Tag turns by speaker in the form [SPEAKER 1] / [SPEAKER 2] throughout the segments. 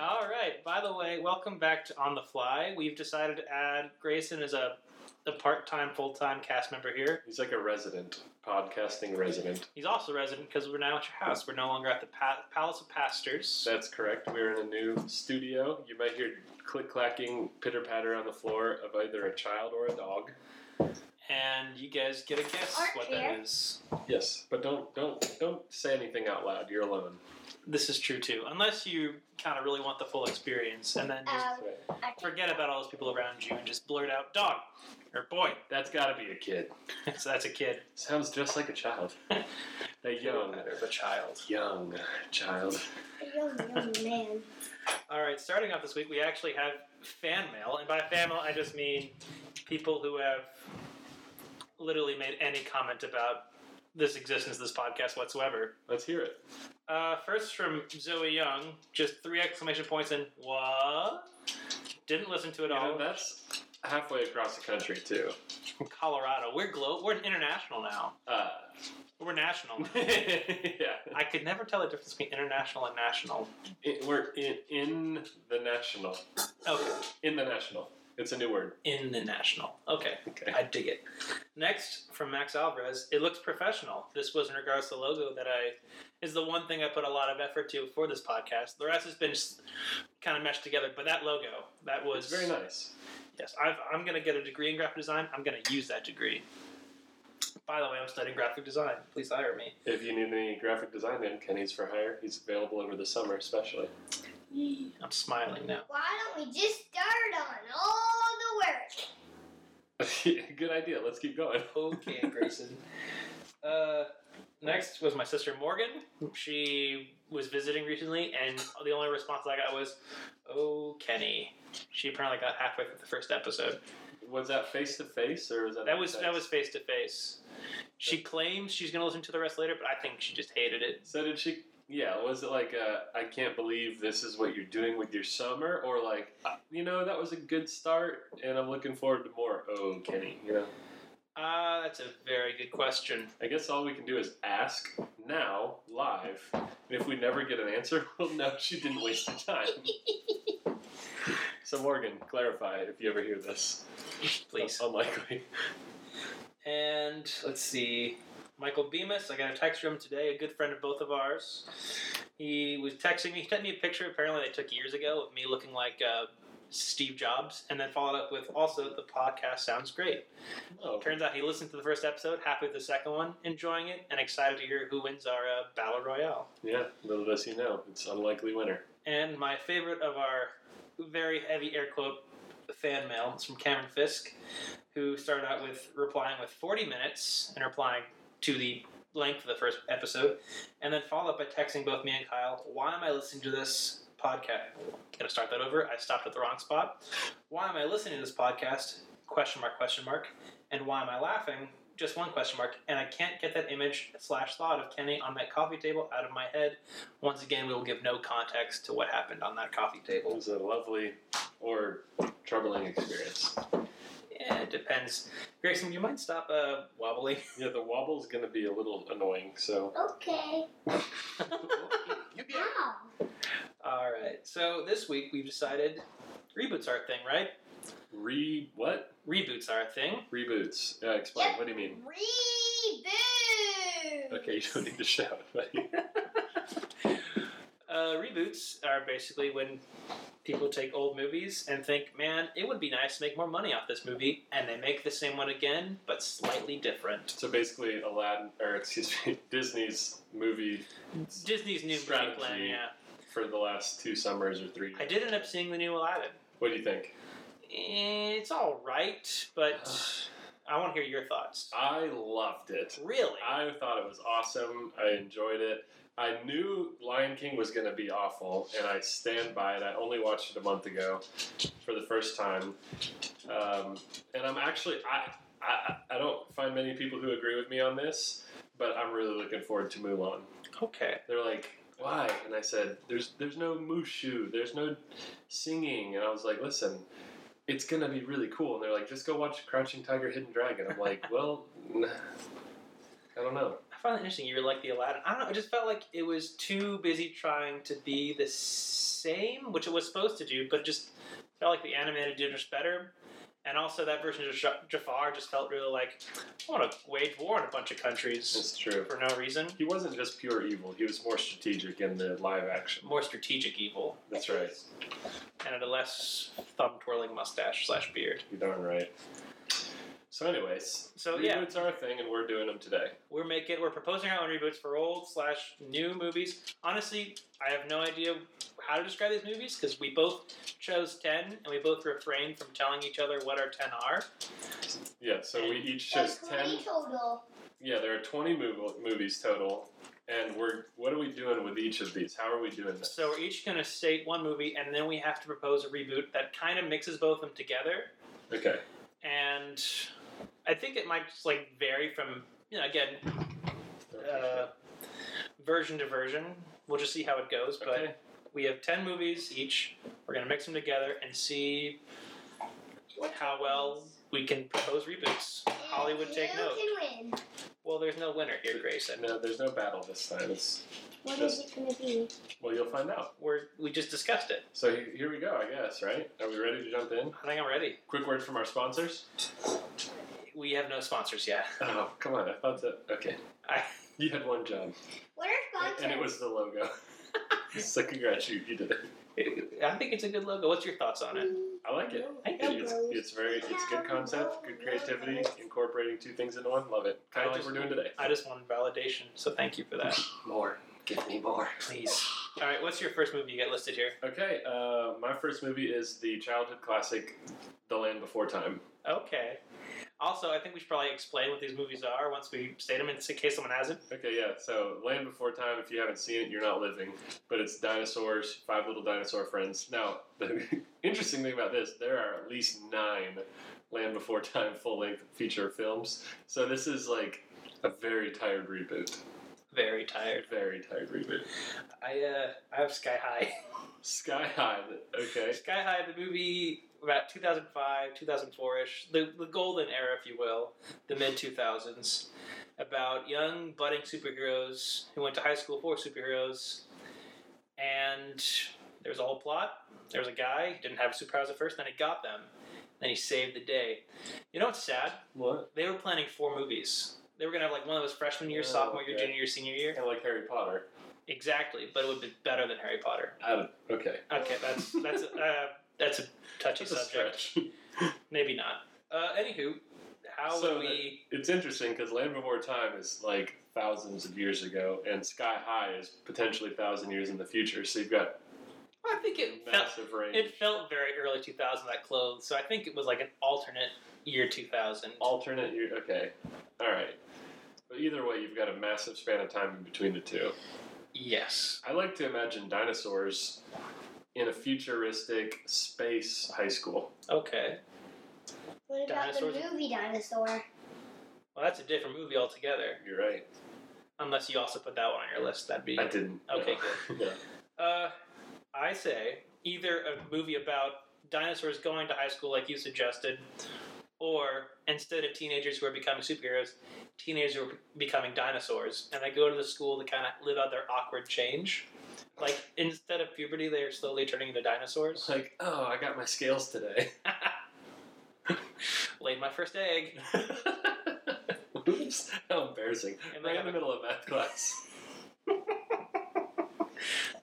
[SPEAKER 1] All right. By the way, welcome back to On the Fly. We've decided to add Grayson as a, a part time, full time cast member here.
[SPEAKER 2] He's like a resident, podcasting resident.
[SPEAKER 1] He's also resident because we're now at your house. We're no longer at the pa- Palace of Pastors.
[SPEAKER 2] That's correct. We're in a new studio. You might hear click clacking, pitter patter on the floor of either a child or a dog.
[SPEAKER 1] And you guys get a guess
[SPEAKER 3] Aren't
[SPEAKER 1] what
[SPEAKER 3] here.
[SPEAKER 1] that is.
[SPEAKER 2] Yes, but don't don't don't say anything out loud. You're alone.
[SPEAKER 1] This is true too. Unless you kind of really want the full experience and then just
[SPEAKER 3] Um,
[SPEAKER 2] Right.
[SPEAKER 3] I
[SPEAKER 1] forget about all those people around you and just blurt out dog or boy.
[SPEAKER 2] That's got to be a kid.
[SPEAKER 1] so that's a kid.
[SPEAKER 2] Sounds just like a child. a young,
[SPEAKER 4] the child.
[SPEAKER 2] young child.
[SPEAKER 3] A young, young man.
[SPEAKER 1] All right, starting off this week, we actually have fan mail, and by fan mail, I just mean people who have literally made any comment about this existence, of this podcast whatsoever.
[SPEAKER 2] Let's hear it.
[SPEAKER 1] Uh, first from Zoe Young, just three exclamation points and what? Didn't listen to it
[SPEAKER 2] You know,
[SPEAKER 1] all.
[SPEAKER 2] that's halfway across the country too.
[SPEAKER 1] From Colorado, we're glo- we're international now.
[SPEAKER 2] Uh,
[SPEAKER 1] We're national. now.
[SPEAKER 2] yeah,
[SPEAKER 1] I could never tell the difference between international and national.
[SPEAKER 2] It- we're in, in the national.
[SPEAKER 1] Okay,
[SPEAKER 2] In the national. It's a new word.
[SPEAKER 1] in the national. Okay.
[SPEAKER 2] Okay.
[SPEAKER 1] I dig it. Next, from Max Alvarez, it looks professional. This was in regards to the logo that I is the one thing I put a lot of effort to for this podcast. The rest has been kind of meshed together, but that logo that was
[SPEAKER 2] It's very nice.
[SPEAKER 1] Yes, I've, I'm going to get a degree in graphic design. I'm going to use that degree. By the way, I'm studying graphic design. Please hire me.
[SPEAKER 2] If you need any graphic design, then Kenny's for hire. He's available over the summer, especially.
[SPEAKER 1] I'm smiling now.
[SPEAKER 3] Why don't we just start on all the work?
[SPEAKER 2] Good idea. Let's keep going.
[SPEAKER 1] Okay, Grayson. Uh, next was my sister Morgan. She was visiting recently, and the only response I got was, "Oh, Kenny." She apparently got halfway through the first episode.
[SPEAKER 2] Was that face to face or was that?
[SPEAKER 1] That was
[SPEAKER 2] text?
[SPEAKER 1] that was face to face. She claims she's gonna listen to the rest later, but I think she just hated it.
[SPEAKER 2] So did she? Yeah. Was it like uh, I I can't believe this is what you're doing with your summer, or like uh, you know that was a good start and I'm looking forward to more. Oh, Kenny. You know.
[SPEAKER 1] Ah, that's a very good question.
[SPEAKER 2] I guess all we can do is ask now live, and if we never get an answer, we'll know she didn't waste the time. so Morgan, clarify if you ever hear this.
[SPEAKER 1] Please.
[SPEAKER 2] Unlikely.
[SPEAKER 1] And let's see. Michael Bemis, I got a text from him today, a good friend of both of ours. He was texting me, he sent me a picture apparently they took years ago of me looking like uh, Steve Jobs, and then followed up with also the podcast sounds great.
[SPEAKER 2] Oh.
[SPEAKER 1] Turns out he listened to the first episode, happy with the second one, enjoying it, and excited to hear who wins our uh, battle royale.
[SPEAKER 2] Yeah, little does he know, it's unlikely winner.
[SPEAKER 1] And my favorite of our very heavy air quote fan mail is from Cameron Fisk, who started out with replying with 40 minutes and replying to the length of the first episode, and then followed up by texting both me and Kyle, Why am I listening to this podcast? Gonna start that over. I stopped at the wrong spot. Why am I listening to this podcast? Question mark, question mark. And why am I laughing? Just one question mark. And I can't get that image slash thought of Kenny on that coffee table out of my head. Once again, we will give no context to what happened on that coffee
[SPEAKER 2] It
[SPEAKER 1] table.
[SPEAKER 2] was a lovely or troubling experience.
[SPEAKER 1] Yeah, it depends. Grayson, you might stop uh, wobbling.
[SPEAKER 2] Yeah, the wobble's gonna be a little annoying, so.
[SPEAKER 3] Okay. Ow.
[SPEAKER 1] All right. So this week we've decided reboots are a thing, right?
[SPEAKER 2] Re. what?
[SPEAKER 1] Reboots are a thing.
[SPEAKER 2] Reboots. Uh, explain, what do you mean?
[SPEAKER 3] Reboot.
[SPEAKER 2] Okay, you don't need to shout. buddy.
[SPEAKER 1] Uh, reboots are basically when people take old movies and think, man, it would be nice to make more money off this movie, and they make the same one again, but slightly different.
[SPEAKER 2] so basically, Aladdin, or excuse me, Disney's movie
[SPEAKER 1] Disney's new movie
[SPEAKER 2] Strategy.
[SPEAKER 1] plan, yeah.
[SPEAKER 2] for the last two summers or three.
[SPEAKER 1] I did end up seeing the new Aladdin.
[SPEAKER 2] What do you think?
[SPEAKER 1] Eh, It's all right, but I want to hear your thoughts.
[SPEAKER 2] I loved it.
[SPEAKER 1] Really?
[SPEAKER 2] I thought it was awesome. I enjoyed it. I knew Lion King was going to be awful, and I stand by it. I only watched it a month ago for the first time, um, and I'm actually I, I I don't find many people who agree with me on this, but I'm really looking forward to Mulan.
[SPEAKER 1] Okay.
[SPEAKER 2] They're like, why? And I said, there's there's no mushu, there's no singing, and I was like, listen. It's gonna be really cool, and they're like, just go watch Crouching Tiger, Hidden Dragon. I'm like, well, I don't know.
[SPEAKER 1] I find it interesting. You were like the Aladdin. I don't know. It just felt like it was too busy trying to be the same, which it was supposed to do, but it just felt like the animated did just better. And also, that version of Jaf- Jafar just felt really like, I want to wage war in a bunch of countries
[SPEAKER 2] It's true.
[SPEAKER 1] for no reason.
[SPEAKER 2] He wasn't just pure evil. He was more strategic in the live action.
[SPEAKER 1] More strategic evil,
[SPEAKER 2] That's right.
[SPEAKER 1] and had a less thumb twirling mustache slash beard.
[SPEAKER 2] You're darn right. So, anyways,
[SPEAKER 1] So,
[SPEAKER 2] reboots
[SPEAKER 1] yeah.
[SPEAKER 2] are a thing, and we're doing them today.
[SPEAKER 1] We're making we're proposing our own reboots for old slash new movies. Honestly, I have no idea how to describe these movies because we both chose ten and we both refrained from telling each other what our ten are.
[SPEAKER 2] Yeah. So we each chose
[SPEAKER 3] That's
[SPEAKER 2] ten.
[SPEAKER 3] 20 total.
[SPEAKER 2] Yeah, there are twenty mov- movies total, and we're what are we doing with each of these? How are we doing this?
[SPEAKER 1] So we're each going to state one movie and then we have to propose a reboot that kind of mixes both of them together.
[SPEAKER 2] Okay.
[SPEAKER 1] And I think it might just like vary from you know again uh, version to version. We'll just see how it goes, but.
[SPEAKER 2] okay.
[SPEAKER 1] We have 10 movies each. We're going to mix them together and see how well we can propose reboots.
[SPEAKER 3] And
[SPEAKER 1] Hollywood,
[SPEAKER 3] you
[SPEAKER 1] take note.
[SPEAKER 3] can win.
[SPEAKER 1] Well, there's no winner here, Grayson.
[SPEAKER 2] No, there's no battle this time. It's
[SPEAKER 3] What is
[SPEAKER 2] Just-
[SPEAKER 3] it going to be?
[SPEAKER 2] well, you'll find out.
[SPEAKER 1] We're, we just discussed it.
[SPEAKER 2] So he- here we go, I guess. Right? Are we ready to jump in?
[SPEAKER 1] I think I'm ready.
[SPEAKER 2] Quick word from our sponsors.
[SPEAKER 1] We have no sponsors yet.
[SPEAKER 2] Oh, come on! I thought that. Okay.
[SPEAKER 1] I,
[SPEAKER 2] You had one job,
[SPEAKER 3] What are
[SPEAKER 2] and,
[SPEAKER 3] sponsors?
[SPEAKER 2] and it was the logo. so congrats, you, you did it.
[SPEAKER 1] I think it's a good logo. What's your thoughts on it?
[SPEAKER 2] I like it.
[SPEAKER 1] Thank
[SPEAKER 2] It-
[SPEAKER 1] you.
[SPEAKER 2] It's, it's very it's good concept, good creativity, incorporating two things into one. Love it. Kind of like we're doing today.
[SPEAKER 1] I just wanted validation, so thank you for that.
[SPEAKER 2] More. Give me more.
[SPEAKER 1] Please. All right, what's your first movie you got listed here?
[SPEAKER 2] Okay, uh, my first movie is the childhood classic, The Land Before Time.
[SPEAKER 1] Okay. Also, I think we should probably explain what these movies are once we state them in case someone hasn't.
[SPEAKER 2] Okay, yeah, so Land Before Time, if you haven't seen it, you're not living. But it's dinosaurs, five little dinosaur friends. Now, the interesting thing about this, there are at least nine Land Before Time full length feature films. So this is like a very tired reboot.
[SPEAKER 1] Very tired.
[SPEAKER 2] Very tired reboot.
[SPEAKER 1] I uh, I have Sky High.
[SPEAKER 2] Sky High, okay.
[SPEAKER 1] Sky High, the movie about 2005, 2004 ish, the, the golden era, if you will, the mid 2000s, about young, budding superheroes who went to high school for superheroes. And there was a whole plot. There was a guy who didn't have superpowers at first, then he got them. Then he saved the day. You know what's sad?
[SPEAKER 2] What?
[SPEAKER 1] They were planning four movies. They were going to have like one that was freshman year,
[SPEAKER 2] Oh,
[SPEAKER 1] sophomore year,
[SPEAKER 2] okay.
[SPEAKER 1] junior year, senior year.
[SPEAKER 2] Kind of like Harry Potter.
[SPEAKER 1] Exactly, but it would be better than Harry Potter.
[SPEAKER 2] I don't, okay.
[SPEAKER 1] Okay, that's that's uh, that's a touchy
[SPEAKER 2] That's a
[SPEAKER 1] subject.
[SPEAKER 2] stretch.
[SPEAKER 1] Maybe not. Uh, anywho, how
[SPEAKER 2] So
[SPEAKER 1] would
[SPEAKER 2] that-
[SPEAKER 1] we?
[SPEAKER 2] It's interesting because Land Before Time is like thousands of years ago, and Sky High is potentially thousand years in the future. So you've got
[SPEAKER 1] I think it felt
[SPEAKER 2] massive range,
[SPEAKER 1] it felt very early 2000 that close, so I think it was like an alternate year 2000.
[SPEAKER 2] alternate year. Okay, all right. But either way, you've got a massive span of time in between the two.
[SPEAKER 1] Yes,
[SPEAKER 2] I like to imagine dinosaurs in a futuristic space high school.
[SPEAKER 1] okay.
[SPEAKER 3] What about the
[SPEAKER 1] Dinosaurs?
[SPEAKER 3] movie
[SPEAKER 2] Oh,
[SPEAKER 3] dinosaur?
[SPEAKER 1] Well, that's a different movie altogether.
[SPEAKER 2] You're right.
[SPEAKER 1] Unless you also put that one on your list, that'd be.
[SPEAKER 2] I didn't.
[SPEAKER 1] Okay,
[SPEAKER 2] No. No.
[SPEAKER 1] Uh, I say either a movie about dinosaurs going to high school, like you suggested, or instead of teenagers who are becoming superheroes, teenagers who are becoming dinosaurs, and they go to the school to kind of live out their awkward change. Like instead of puberty, they are slowly turning into
[SPEAKER 2] It's
[SPEAKER 1] dinosaurs.
[SPEAKER 2] like, oh, I got my scales today.
[SPEAKER 1] Laid my first egg,
[SPEAKER 2] Oops! How embarrassing.
[SPEAKER 1] And they
[SPEAKER 2] Right in the
[SPEAKER 1] have a-
[SPEAKER 2] middle of math class.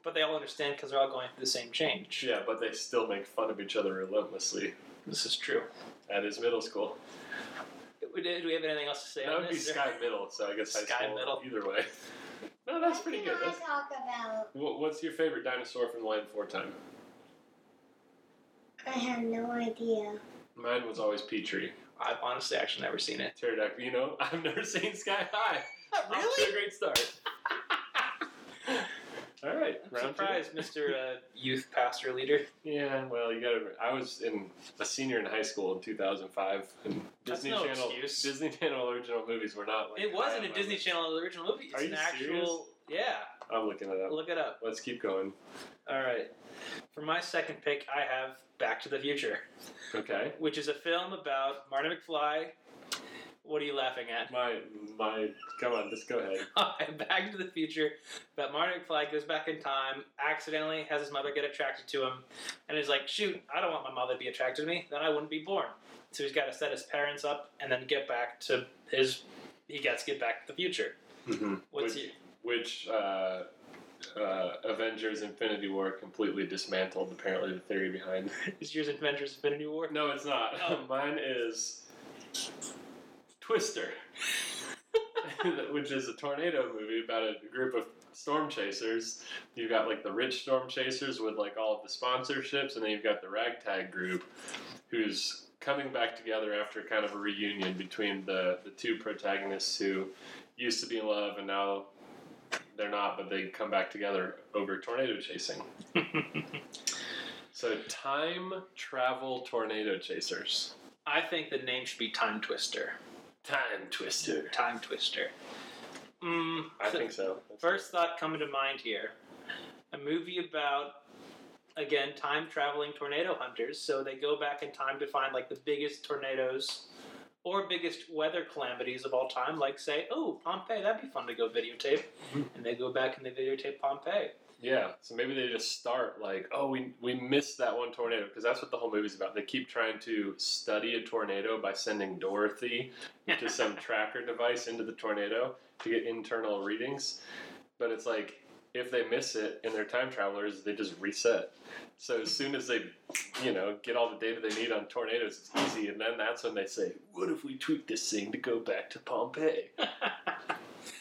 [SPEAKER 1] but they all understand because they're all going through the same change.
[SPEAKER 2] Yeah, but they still make fun of each other relentlessly
[SPEAKER 1] This is true.
[SPEAKER 2] at his middle school.
[SPEAKER 1] Do we have anything else to say
[SPEAKER 2] That
[SPEAKER 1] on
[SPEAKER 2] would be
[SPEAKER 1] this?
[SPEAKER 2] Sky Middle, so I guess high
[SPEAKER 1] Sky
[SPEAKER 2] school,
[SPEAKER 1] Middle.
[SPEAKER 2] Either way, no, that's pretty
[SPEAKER 3] what
[SPEAKER 2] good.
[SPEAKER 3] can
[SPEAKER 2] That's,
[SPEAKER 3] I talk about?
[SPEAKER 2] Wha- what's your favorite dinosaur from the Land Four Time?
[SPEAKER 3] I have no idea.
[SPEAKER 2] Mine was always Petrie.
[SPEAKER 1] I've honestly actually never seen it.
[SPEAKER 2] Pterodactyl. You know, I've never seen Sky High. Off to a great start. All right,
[SPEAKER 1] I'm
[SPEAKER 2] round two.
[SPEAKER 1] surprised, Mr. Uh, youth pastor leader.
[SPEAKER 2] Yeah, well, you gotta. I was in a senior in high school in 2005, and
[SPEAKER 1] That's
[SPEAKER 2] Disney
[SPEAKER 1] no
[SPEAKER 2] Channel
[SPEAKER 1] excuse.
[SPEAKER 2] Disney Channel original movies were not like.
[SPEAKER 1] It
[SPEAKER 2] high
[SPEAKER 1] wasn't
[SPEAKER 2] on
[SPEAKER 1] a
[SPEAKER 2] my
[SPEAKER 1] Disney
[SPEAKER 2] list.
[SPEAKER 1] Channel original movie. It's
[SPEAKER 2] Are you
[SPEAKER 1] an actual. Yeah,
[SPEAKER 2] I'm looking it up.
[SPEAKER 1] look it up.
[SPEAKER 2] Let's keep going.
[SPEAKER 1] All right. For my second pick, I have Back to the Future,
[SPEAKER 2] Okay.
[SPEAKER 1] which is a film about Marty McFly What are you laughing at?
[SPEAKER 2] My my come on, just go ahead.
[SPEAKER 1] Alright, Back to the Future, but Marty McFly goes back in time, accidentally has his mother get attracted to him, and is like, shoot, I don't want my mother to be attracted to me, then I wouldn't be born. So he's got to set his parents up and then get back to his. He gets to get back to the future. What's
[SPEAKER 2] which
[SPEAKER 1] he?
[SPEAKER 2] which uh, uh, Avengers Infinity War completely dismantled apparently the theory behind.
[SPEAKER 1] This year's Avengers Infinity War?
[SPEAKER 2] No, it's not.
[SPEAKER 1] Oh.
[SPEAKER 2] Mine is Twister, which is a tornado movie about a group of storm chasers. You've got like the rich storm chasers with like all of the sponsorships, and then you've got the ragtag group who's coming back together after kind of a reunion between the, the two protagonists who used to be in love and now they're not, but they come back together over tornado chasing. So time travel tornado chasers.
[SPEAKER 1] I think the name should be Time Twister.
[SPEAKER 2] Time twister.
[SPEAKER 1] Time Twister. Mm,
[SPEAKER 2] I
[SPEAKER 1] so-
[SPEAKER 2] think so.
[SPEAKER 1] First thought coming to mind here a movie about, again, time traveling tornado hunters. So they go back in time to find like the biggest tornadoes or biggest weather calamities of all time. Like, say, oh, Pompeii, that'd be fun to go videotape.
[SPEAKER 2] Mm-hmm.
[SPEAKER 1] and they go back and they videotape Pompeii.
[SPEAKER 2] Yeah. So maybe they just start like, oh, we we missed that one tornado because that's what the whole movie's about. They keep trying to study a tornado by sending Dorothy to some tracker device into the tornado to get internal readings, but it's like. If they miss it and they're time travelers, they just reset. So as soon as they, you know, get all the data they need on tornadoes, it's easy. And then that's when they say, "What if we tweak this thing to go back to Pompeii?"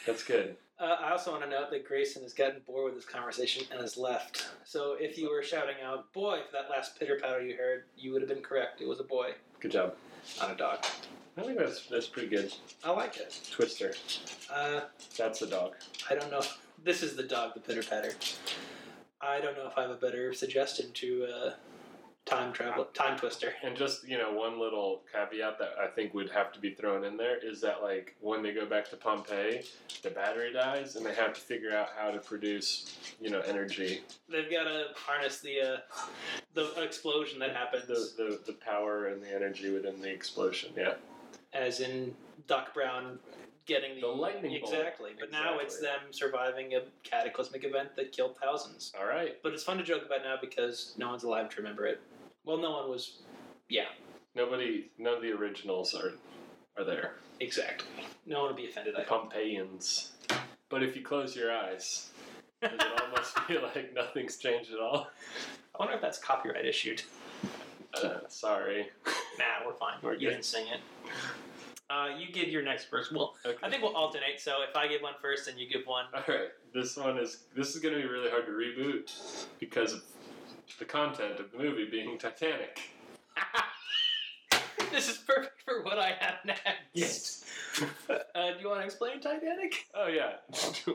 [SPEAKER 2] That's good.
[SPEAKER 1] Uh, I also want to note that Grayson has gotten bored with this conversation and has left. So if you were shouting out, boy, for that last pitter patter you heard, you would have been correct. It was a boy,
[SPEAKER 2] Good job.
[SPEAKER 1] not a dog.
[SPEAKER 2] I think that's that's pretty good.
[SPEAKER 1] I like it.
[SPEAKER 2] Twister.
[SPEAKER 1] Uh,
[SPEAKER 2] That's the dog.
[SPEAKER 1] I don't know. This is the dog, the pitter patter. I don't know if I have a better suggestion to uh, time travel, time twister.
[SPEAKER 2] And just you know, one little caveat that I think would have to be thrown in there is that like when they go back to Pompeii, the battery dies, and they have to figure out how to produce you know energy,
[SPEAKER 1] They've got to harness the uh, the explosion that happens,
[SPEAKER 2] the the, the power and the energy within the explosion. Yeah.
[SPEAKER 1] as in Doc Brown getting the,
[SPEAKER 2] The lightning bolt.
[SPEAKER 1] exactly. But now it's them surviving a cataclysmic event that killed thousands.
[SPEAKER 2] All right.
[SPEAKER 1] But it's fun to joke about now because no one's alive to remember it. Well, no one was
[SPEAKER 2] Nobody, none of the originals are are there.
[SPEAKER 1] exactly. No one would be offended. I
[SPEAKER 2] The
[SPEAKER 1] hope.
[SPEAKER 2] Pompeians. But if you close your eyes, does it almost feel like nothing's changed at all?
[SPEAKER 1] I wonder if that's copyright issued.
[SPEAKER 2] Uh, sorry.
[SPEAKER 1] Nah, we're fine.
[SPEAKER 2] We're
[SPEAKER 1] you
[SPEAKER 2] good.
[SPEAKER 1] can sing it. Uh, you give your next verse. Well,
[SPEAKER 2] Okay.
[SPEAKER 1] I think we'll alternate. So if I give one first, then you give one.
[SPEAKER 2] All right, this one is this is going to be really hard to reboot because of the content of the movie being Titanic.
[SPEAKER 1] this is perfect for what I have next. Uh, do you want to explain Titanic?
[SPEAKER 2] Oh yeah.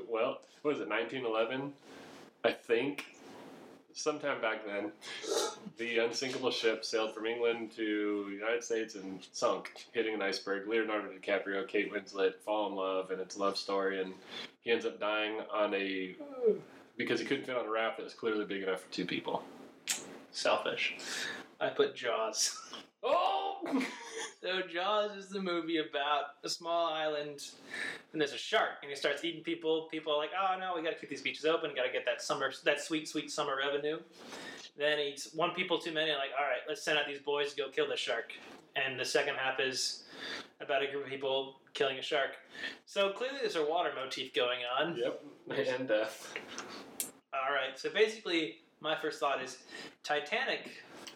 [SPEAKER 2] well, what was it? 1911, I think. Sometime back then, the unsinkable ship sailed from England to the United States and sunk, hitting an iceberg. Leonardo DiCaprio, Kate Winslet fall in love, and it's a love story, and he ends up dying on a because he couldn't fit on a raft that was clearly big enough for two people.
[SPEAKER 1] Selfish. I put Jaws.
[SPEAKER 2] Oh.
[SPEAKER 1] So Jaws is the movie about a small island, and there's a shark, and he starts eating people. People are like, "Oh no, we got to keep these beaches open. Got to get that summer, that sweet, sweet summer revenue." Then he eats one people too many. Like, all right, let's send out these boys to go kill the shark. And the second half is about a group of people killing a shark. So clearly, there's a water motif going on.
[SPEAKER 2] Yep, and death.
[SPEAKER 1] All right. So basically, my first thought is Titanic.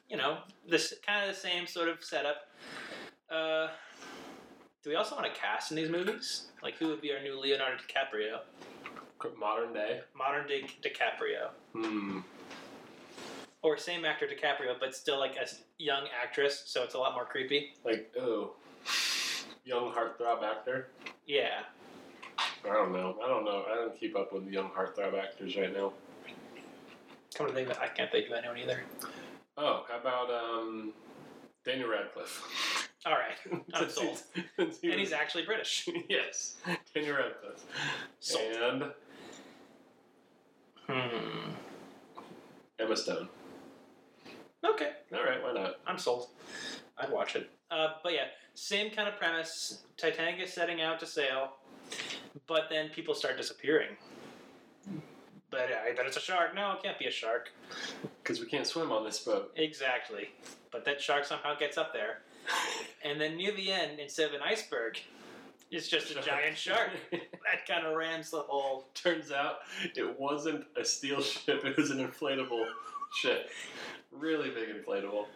[SPEAKER 1] You know, this kind of the same sort of setup. Uh, do we also want to cast in these movies? Like, who would be our new Leonardo DiCaprio,
[SPEAKER 2] Modern day.
[SPEAKER 1] modern day DiCaprio,
[SPEAKER 2] Hmm.
[SPEAKER 1] or same actor DiCaprio, but still like a s- young actress, so it's a lot more creepy.
[SPEAKER 2] Like, oh, young heartthrob actor.
[SPEAKER 1] Yeah.
[SPEAKER 2] I don't know. I don't know. I don't keep up with young heartthrob actors right now.
[SPEAKER 1] Come to think of it, I can't think of anyone either.
[SPEAKER 2] Oh, how about um, Daniel Radcliffe?
[SPEAKER 1] All right. I'm
[SPEAKER 2] Since
[SPEAKER 1] sold.
[SPEAKER 2] he's- since he
[SPEAKER 1] And he's
[SPEAKER 2] was-
[SPEAKER 1] actually British.
[SPEAKER 2] yes, Daniel Radcliffe.
[SPEAKER 1] Sold.
[SPEAKER 2] And
[SPEAKER 1] Hmm.
[SPEAKER 2] Emma Stone.
[SPEAKER 1] Okay.
[SPEAKER 2] All right, why not?
[SPEAKER 1] I'm sold. I'd watch it. Uh, but yeah, same kind of premise. Titanic is setting out to sail, but then people start disappearing. But I bet it's a shark. No, it can't be a shark.
[SPEAKER 2] Because we can't swim on this boat.
[SPEAKER 1] Exactly. But that shark somehow gets up there. And then near the end, instead of an iceberg, it's just a giant shark. That kind of rams the whole.
[SPEAKER 2] Turns out it wasn't a steel ship, it was an inflatable ship. Really big inflatable.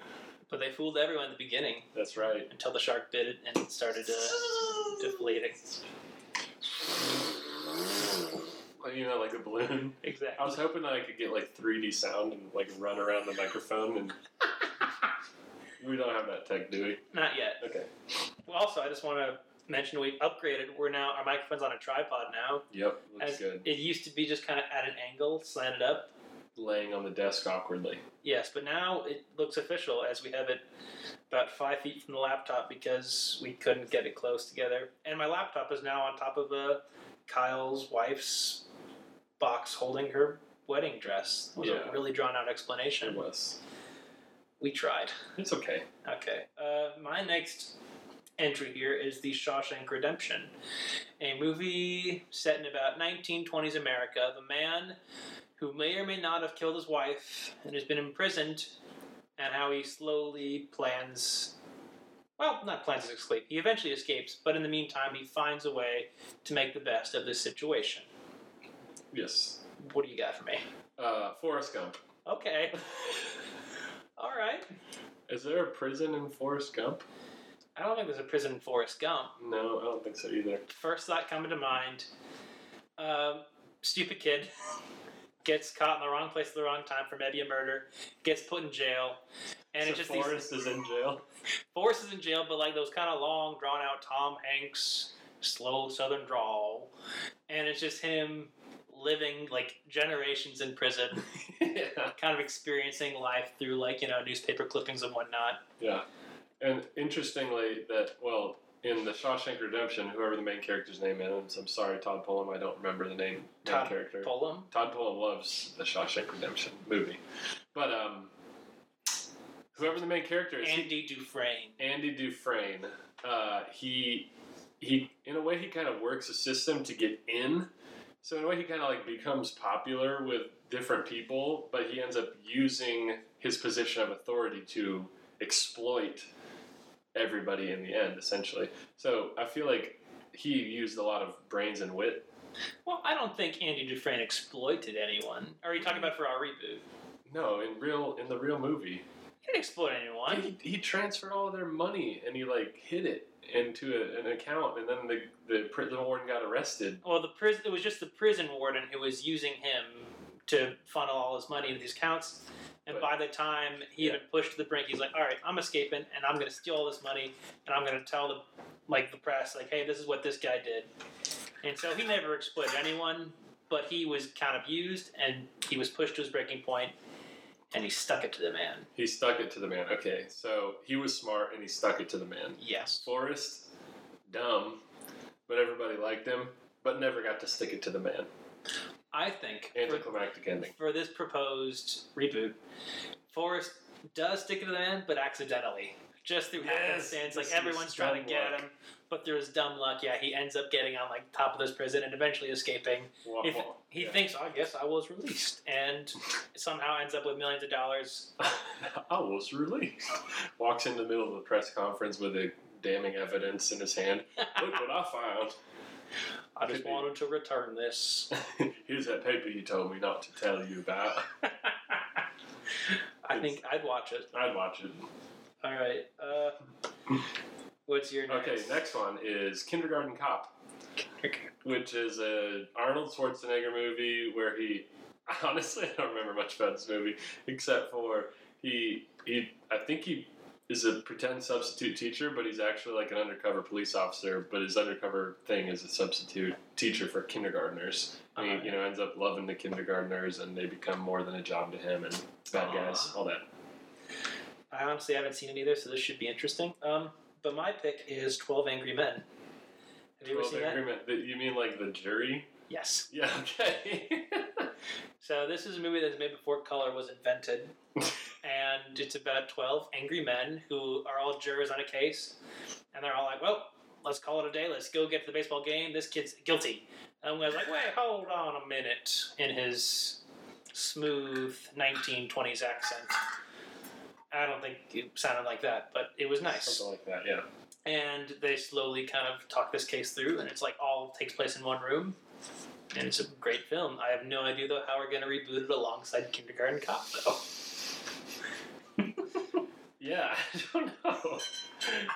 [SPEAKER 1] But they fooled everyone at the beginning
[SPEAKER 2] That's right.
[SPEAKER 1] until the shark bit it and it started uh, deflating.
[SPEAKER 2] Like, You know, like a balloon. I
[SPEAKER 1] Exactly.
[SPEAKER 2] was hoping that I could get like 3D sound and like run around the microphone and. we don't have that tech, do we?
[SPEAKER 1] Not yet.
[SPEAKER 2] Okay.
[SPEAKER 1] Well, also, I just want to mention we've upgraded. We're now our microphone's on a tripod now.
[SPEAKER 2] Yep, looks
[SPEAKER 1] As-
[SPEAKER 2] good.
[SPEAKER 1] It used to be just kind of at an angle, slanted up.
[SPEAKER 2] Laying on the desk awkwardly.
[SPEAKER 1] Yes, but now it looks official as we have it about five feet from the laptop because we couldn't get it close together. And my laptop is now on top of uh, Kyle's wife's box holding her wedding dress. It was
[SPEAKER 2] Yeah.
[SPEAKER 1] a really drawn out explanation.
[SPEAKER 2] It was.
[SPEAKER 1] We tried.
[SPEAKER 2] It's okay.
[SPEAKER 1] Okay. Uh, my next entry here is The Shawshank Redemption, a movie set in about 1920s America of a man who may or may not have killed his wife and has been imprisoned, and how he slowly plans. Well, not plans to escape. He eventually escapes, but in the meantime, he finds a way to make the best of this situation.
[SPEAKER 2] Yes.
[SPEAKER 1] What do you got for me?
[SPEAKER 2] Uh, Forrest Gump.
[SPEAKER 1] Okay. All right.
[SPEAKER 2] Is there a prison in Forrest Gump?
[SPEAKER 1] I don't think there's a prison in Forrest Gump.
[SPEAKER 2] No, I don't think so either.
[SPEAKER 1] first thought coming to mind um, stupid kid gets caught in the wrong place at the wrong time for maybe a murder gets put in jail and
[SPEAKER 2] so
[SPEAKER 1] it just these,
[SPEAKER 2] Forrest is in jail.
[SPEAKER 1] Forrest is in jail but like those kind of long drawn out tom hanks slow southern drawl and it's just him living like generations in prison
[SPEAKER 2] yeah.
[SPEAKER 1] kind of experiencing life through like you know newspaper clippings and whatnot
[SPEAKER 2] Yeah. And interestingly, that well, in the Shawshank Redemption, whoever the main character's name is, I'm sorry, Todd Pullum, I don't remember the name.
[SPEAKER 1] Todd
[SPEAKER 2] main character.
[SPEAKER 1] pull him
[SPEAKER 2] Todd Pullum loves the Shawshank Redemption movie, but um, whoever the main character is, he-
[SPEAKER 1] andy dufresne
[SPEAKER 2] Andy Dufresne, uh, he he in a way he kind of works a system to get in. So in a way he kind of like becomes popular with different people, but he ends up using his position of authority to exploit everybody in the end, essentially. So I feel like he used a lot of brains and wit.
[SPEAKER 1] well i don't think andy dufresne exploited anyone are you talking about for our reboot
[SPEAKER 2] No, in real in the real movie,
[SPEAKER 1] He didn't exploit anyone.
[SPEAKER 2] he, he transferred all their money and he like hid it into a, an account, and then the the prison warden got arrested
[SPEAKER 1] Well, the prison. It was just the prison warden who was using him to funnel all his money into these accounts. And
[SPEAKER 2] But-
[SPEAKER 1] by the time he
[SPEAKER 2] Yeah.
[SPEAKER 1] had been pushed to the brink, he's like, "All right, I'm escaping, and I'm going to steal all this money, and I'm going to tell the like the press, like, hey, this is what this guy did." And so he never exploited anyone, but he was kind of used, and he was pushed to his breaking point, and he stuck it to the man.
[SPEAKER 2] He stuck it to the man. Okay, so he was smart and he stuck it to the man.
[SPEAKER 1] Yes.
[SPEAKER 2] Forrest, dumb, but everybody liked him, but never got to stick it to the man.
[SPEAKER 1] I think for-
[SPEAKER 2] Anticlimactic ending.
[SPEAKER 1] for this proposed reboot, Forrest does stick it to the man, but accidentally. Just through
[SPEAKER 2] Yes,
[SPEAKER 1] happenstance, like
[SPEAKER 2] this
[SPEAKER 1] everyone's
[SPEAKER 2] is
[SPEAKER 1] trying to
[SPEAKER 2] dumb
[SPEAKER 1] get
[SPEAKER 2] luck.
[SPEAKER 1] him, but there's dumb luck. Yeah, he ends up getting on like top of this prison and eventually escaping.
[SPEAKER 2] Wah,
[SPEAKER 1] If-
[SPEAKER 2] wah.
[SPEAKER 1] He
[SPEAKER 2] Yeah.
[SPEAKER 1] thinks, I guess I was released, and somehow ends up with millions of dollars.
[SPEAKER 2] I was released. Walks in the middle of the press conference with a damning evidence in his hand. Look what I
[SPEAKER 1] I just
[SPEAKER 2] Could be.
[SPEAKER 1] wanted to return this.
[SPEAKER 2] found. Here's that paper you told me not to tell you about.
[SPEAKER 1] I think I'd watch it.
[SPEAKER 2] I'd watch it.
[SPEAKER 1] All right. Uh, what's your next?
[SPEAKER 2] Okay, next one is Kindergarten Cop.
[SPEAKER 1] Okay.
[SPEAKER 2] which is a Arnold Schwarzenegger movie where he honestly I don't remember much about this movie except for he he I think he is a pretend substitute teacher, but he's actually like an undercover police officer. But his undercover thing is a substitute teacher for kindergartners. And he,
[SPEAKER 1] Alright.
[SPEAKER 2] you know, ends up loving the kindergartners, and they become more than a job to him and bad guys,
[SPEAKER 1] Aw.
[SPEAKER 2] all that.
[SPEAKER 1] I honestly haven't seen it either, so this should be interesting. Um, but my pick is Twelve Angry Men. Have you ever
[SPEAKER 2] Twelve
[SPEAKER 1] seen that?
[SPEAKER 2] Angry Men- You mean like the jury?
[SPEAKER 1] Yes.
[SPEAKER 2] Yeah. Okay.
[SPEAKER 1] So this is a movie that's made before color was invented, and it's about twelve angry men who are all jurors on a case, and they're all like, "Well, let's call it a day. Let's go get to the baseball game. This kid's guilty." And I was like, "Wait, hold on a minute!" In his smooth 1920s accent, I don't think it sounded like that, but it was nice
[SPEAKER 2] Something like that, yeah.
[SPEAKER 1] and they slowly kind of talk this case through, and it's like all takes place in one room, and it's a great film. I have no idea though how we're gonna reboot it alongside Kindergarten Cop though.
[SPEAKER 2] Yeah, I don't know.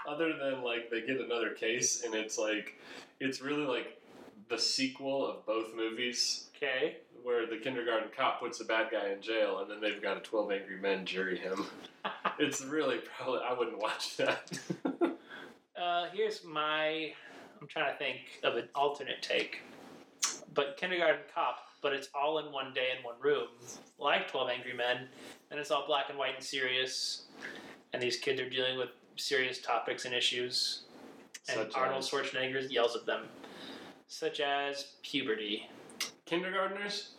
[SPEAKER 2] Other than like they get another case and it's like it's really like the sequel of both movies
[SPEAKER 1] Okay,
[SPEAKER 2] where the kindergarten cop puts a bad guy in jail and then they've got a 12 angry men jury him. it's really probably I wouldn't watch that.
[SPEAKER 1] uh, here's my. I'm trying to think of an alternate take, but Kindergarten Cop, but it's all in one day in one room, like Twelve Angry Men, and it's all black and white and serious, and these kids are dealing with serious topics and issues. and
[SPEAKER 2] Such
[SPEAKER 1] Arnold
[SPEAKER 2] as
[SPEAKER 1] Schwarzenegger yells at them, such as puberty.
[SPEAKER 2] kindergartners?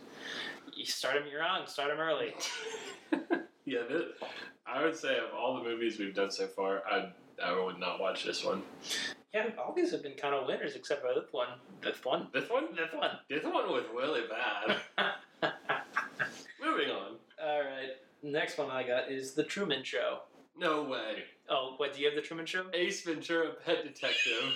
[SPEAKER 1] You start 'em you're on, start 'em early.
[SPEAKER 2] Yeah, that, I would say of all the movies we've done so far, I I would not watch this one.
[SPEAKER 1] Yeah, all these have been kind of winners except for this one. This one.
[SPEAKER 2] This one?
[SPEAKER 1] This one.
[SPEAKER 2] This one was really bad. Moving on.
[SPEAKER 1] All right. Next one I got is The Truman Show.
[SPEAKER 2] No way.
[SPEAKER 1] Oh, what? Do you have The Truman Show?
[SPEAKER 2] Ace Ventura, Pet Detective.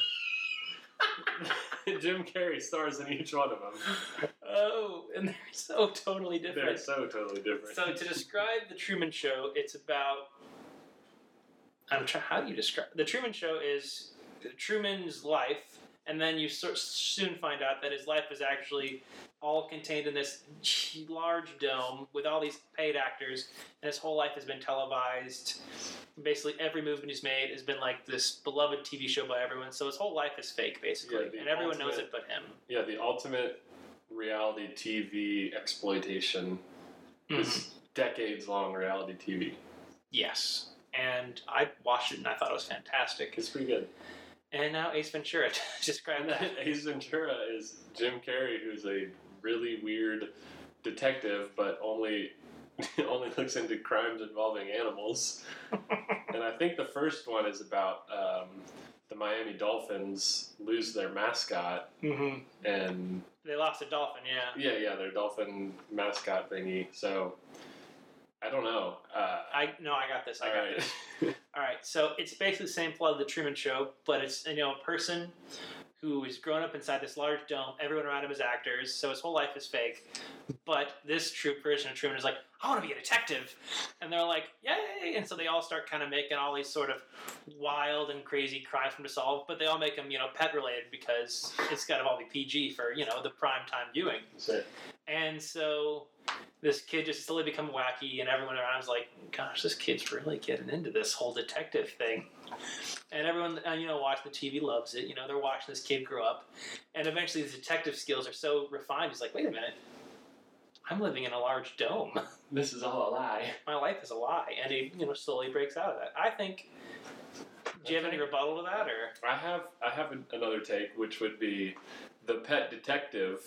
[SPEAKER 2] Jim Carrey stars in each one of them.
[SPEAKER 1] Oh, and they're so totally
[SPEAKER 2] They're
[SPEAKER 1] different.
[SPEAKER 2] so totally different.
[SPEAKER 1] So to describe the Truman Show, it's about. I'm trying. How do you describe the Truman Show? Is Truman's life, and then you sort soon find out that his life is actually all contained in this large dome with all these paid actors, and his whole life has been televised. Basically, every movement he's made has been like this beloved TV show by everyone. So his whole life is fake, basically,
[SPEAKER 2] Yeah, the
[SPEAKER 1] and everyone knows
[SPEAKER 2] ultimate-
[SPEAKER 1] it but him.
[SPEAKER 2] yeah, the ultimate reality TV exploitation
[SPEAKER 1] Mhm.
[SPEAKER 2] is decades long reality TV.
[SPEAKER 1] Yes, and I watched it and I thought it was fantastic.
[SPEAKER 2] It's pretty good.
[SPEAKER 1] And now Ace Ventura describe
[SPEAKER 2] And
[SPEAKER 1] that.
[SPEAKER 2] Ace Ventura is Jim Carrey, who's a really weird detective, but only only looks into crimes involving animals. and I think the first one is about um, the Miami Dolphins lose their mascot,
[SPEAKER 1] Mm-hmm.
[SPEAKER 2] and
[SPEAKER 1] They lost a dolphin, yeah.
[SPEAKER 2] yeah, yeah, their dolphin mascot thingy. So I don't know. Uh,
[SPEAKER 1] I no, I got this. I
[SPEAKER 2] all
[SPEAKER 1] got
[SPEAKER 2] right.
[SPEAKER 1] this. All right, so it's basically the same plot of the Truman Show, but it's you know a person who is grown up inside this large dome. Everyone around him is actors, so his whole life is fake. But this true person of Truman is like, I want to be a detective, and they're like, yay! And so they all start kind of making all these sort of wild and crazy crimes from to solve. But they all make them you know pet related because it's got to all be PG for you know the prime time viewing.
[SPEAKER 2] So,
[SPEAKER 1] And so this kid just slowly become wacky, and everyone around is like, "Gosh, this kid's really getting into this whole detective thing." And everyone, uh, you know, watching the TV loves it. You know, they're watching this kid grow up, and eventually his detective skills are so refined. He's like, "Wait a minute, I'm living in a large dome.
[SPEAKER 2] this is all a lie.
[SPEAKER 1] My life is a lie." And he, you know, slowly breaks out of that. I think. Do you have any
[SPEAKER 2] Okay.
[SPEAKER 1] rebuttal to that, or
[SPEAKER 2] I have I have an- another take, which would be the pet detective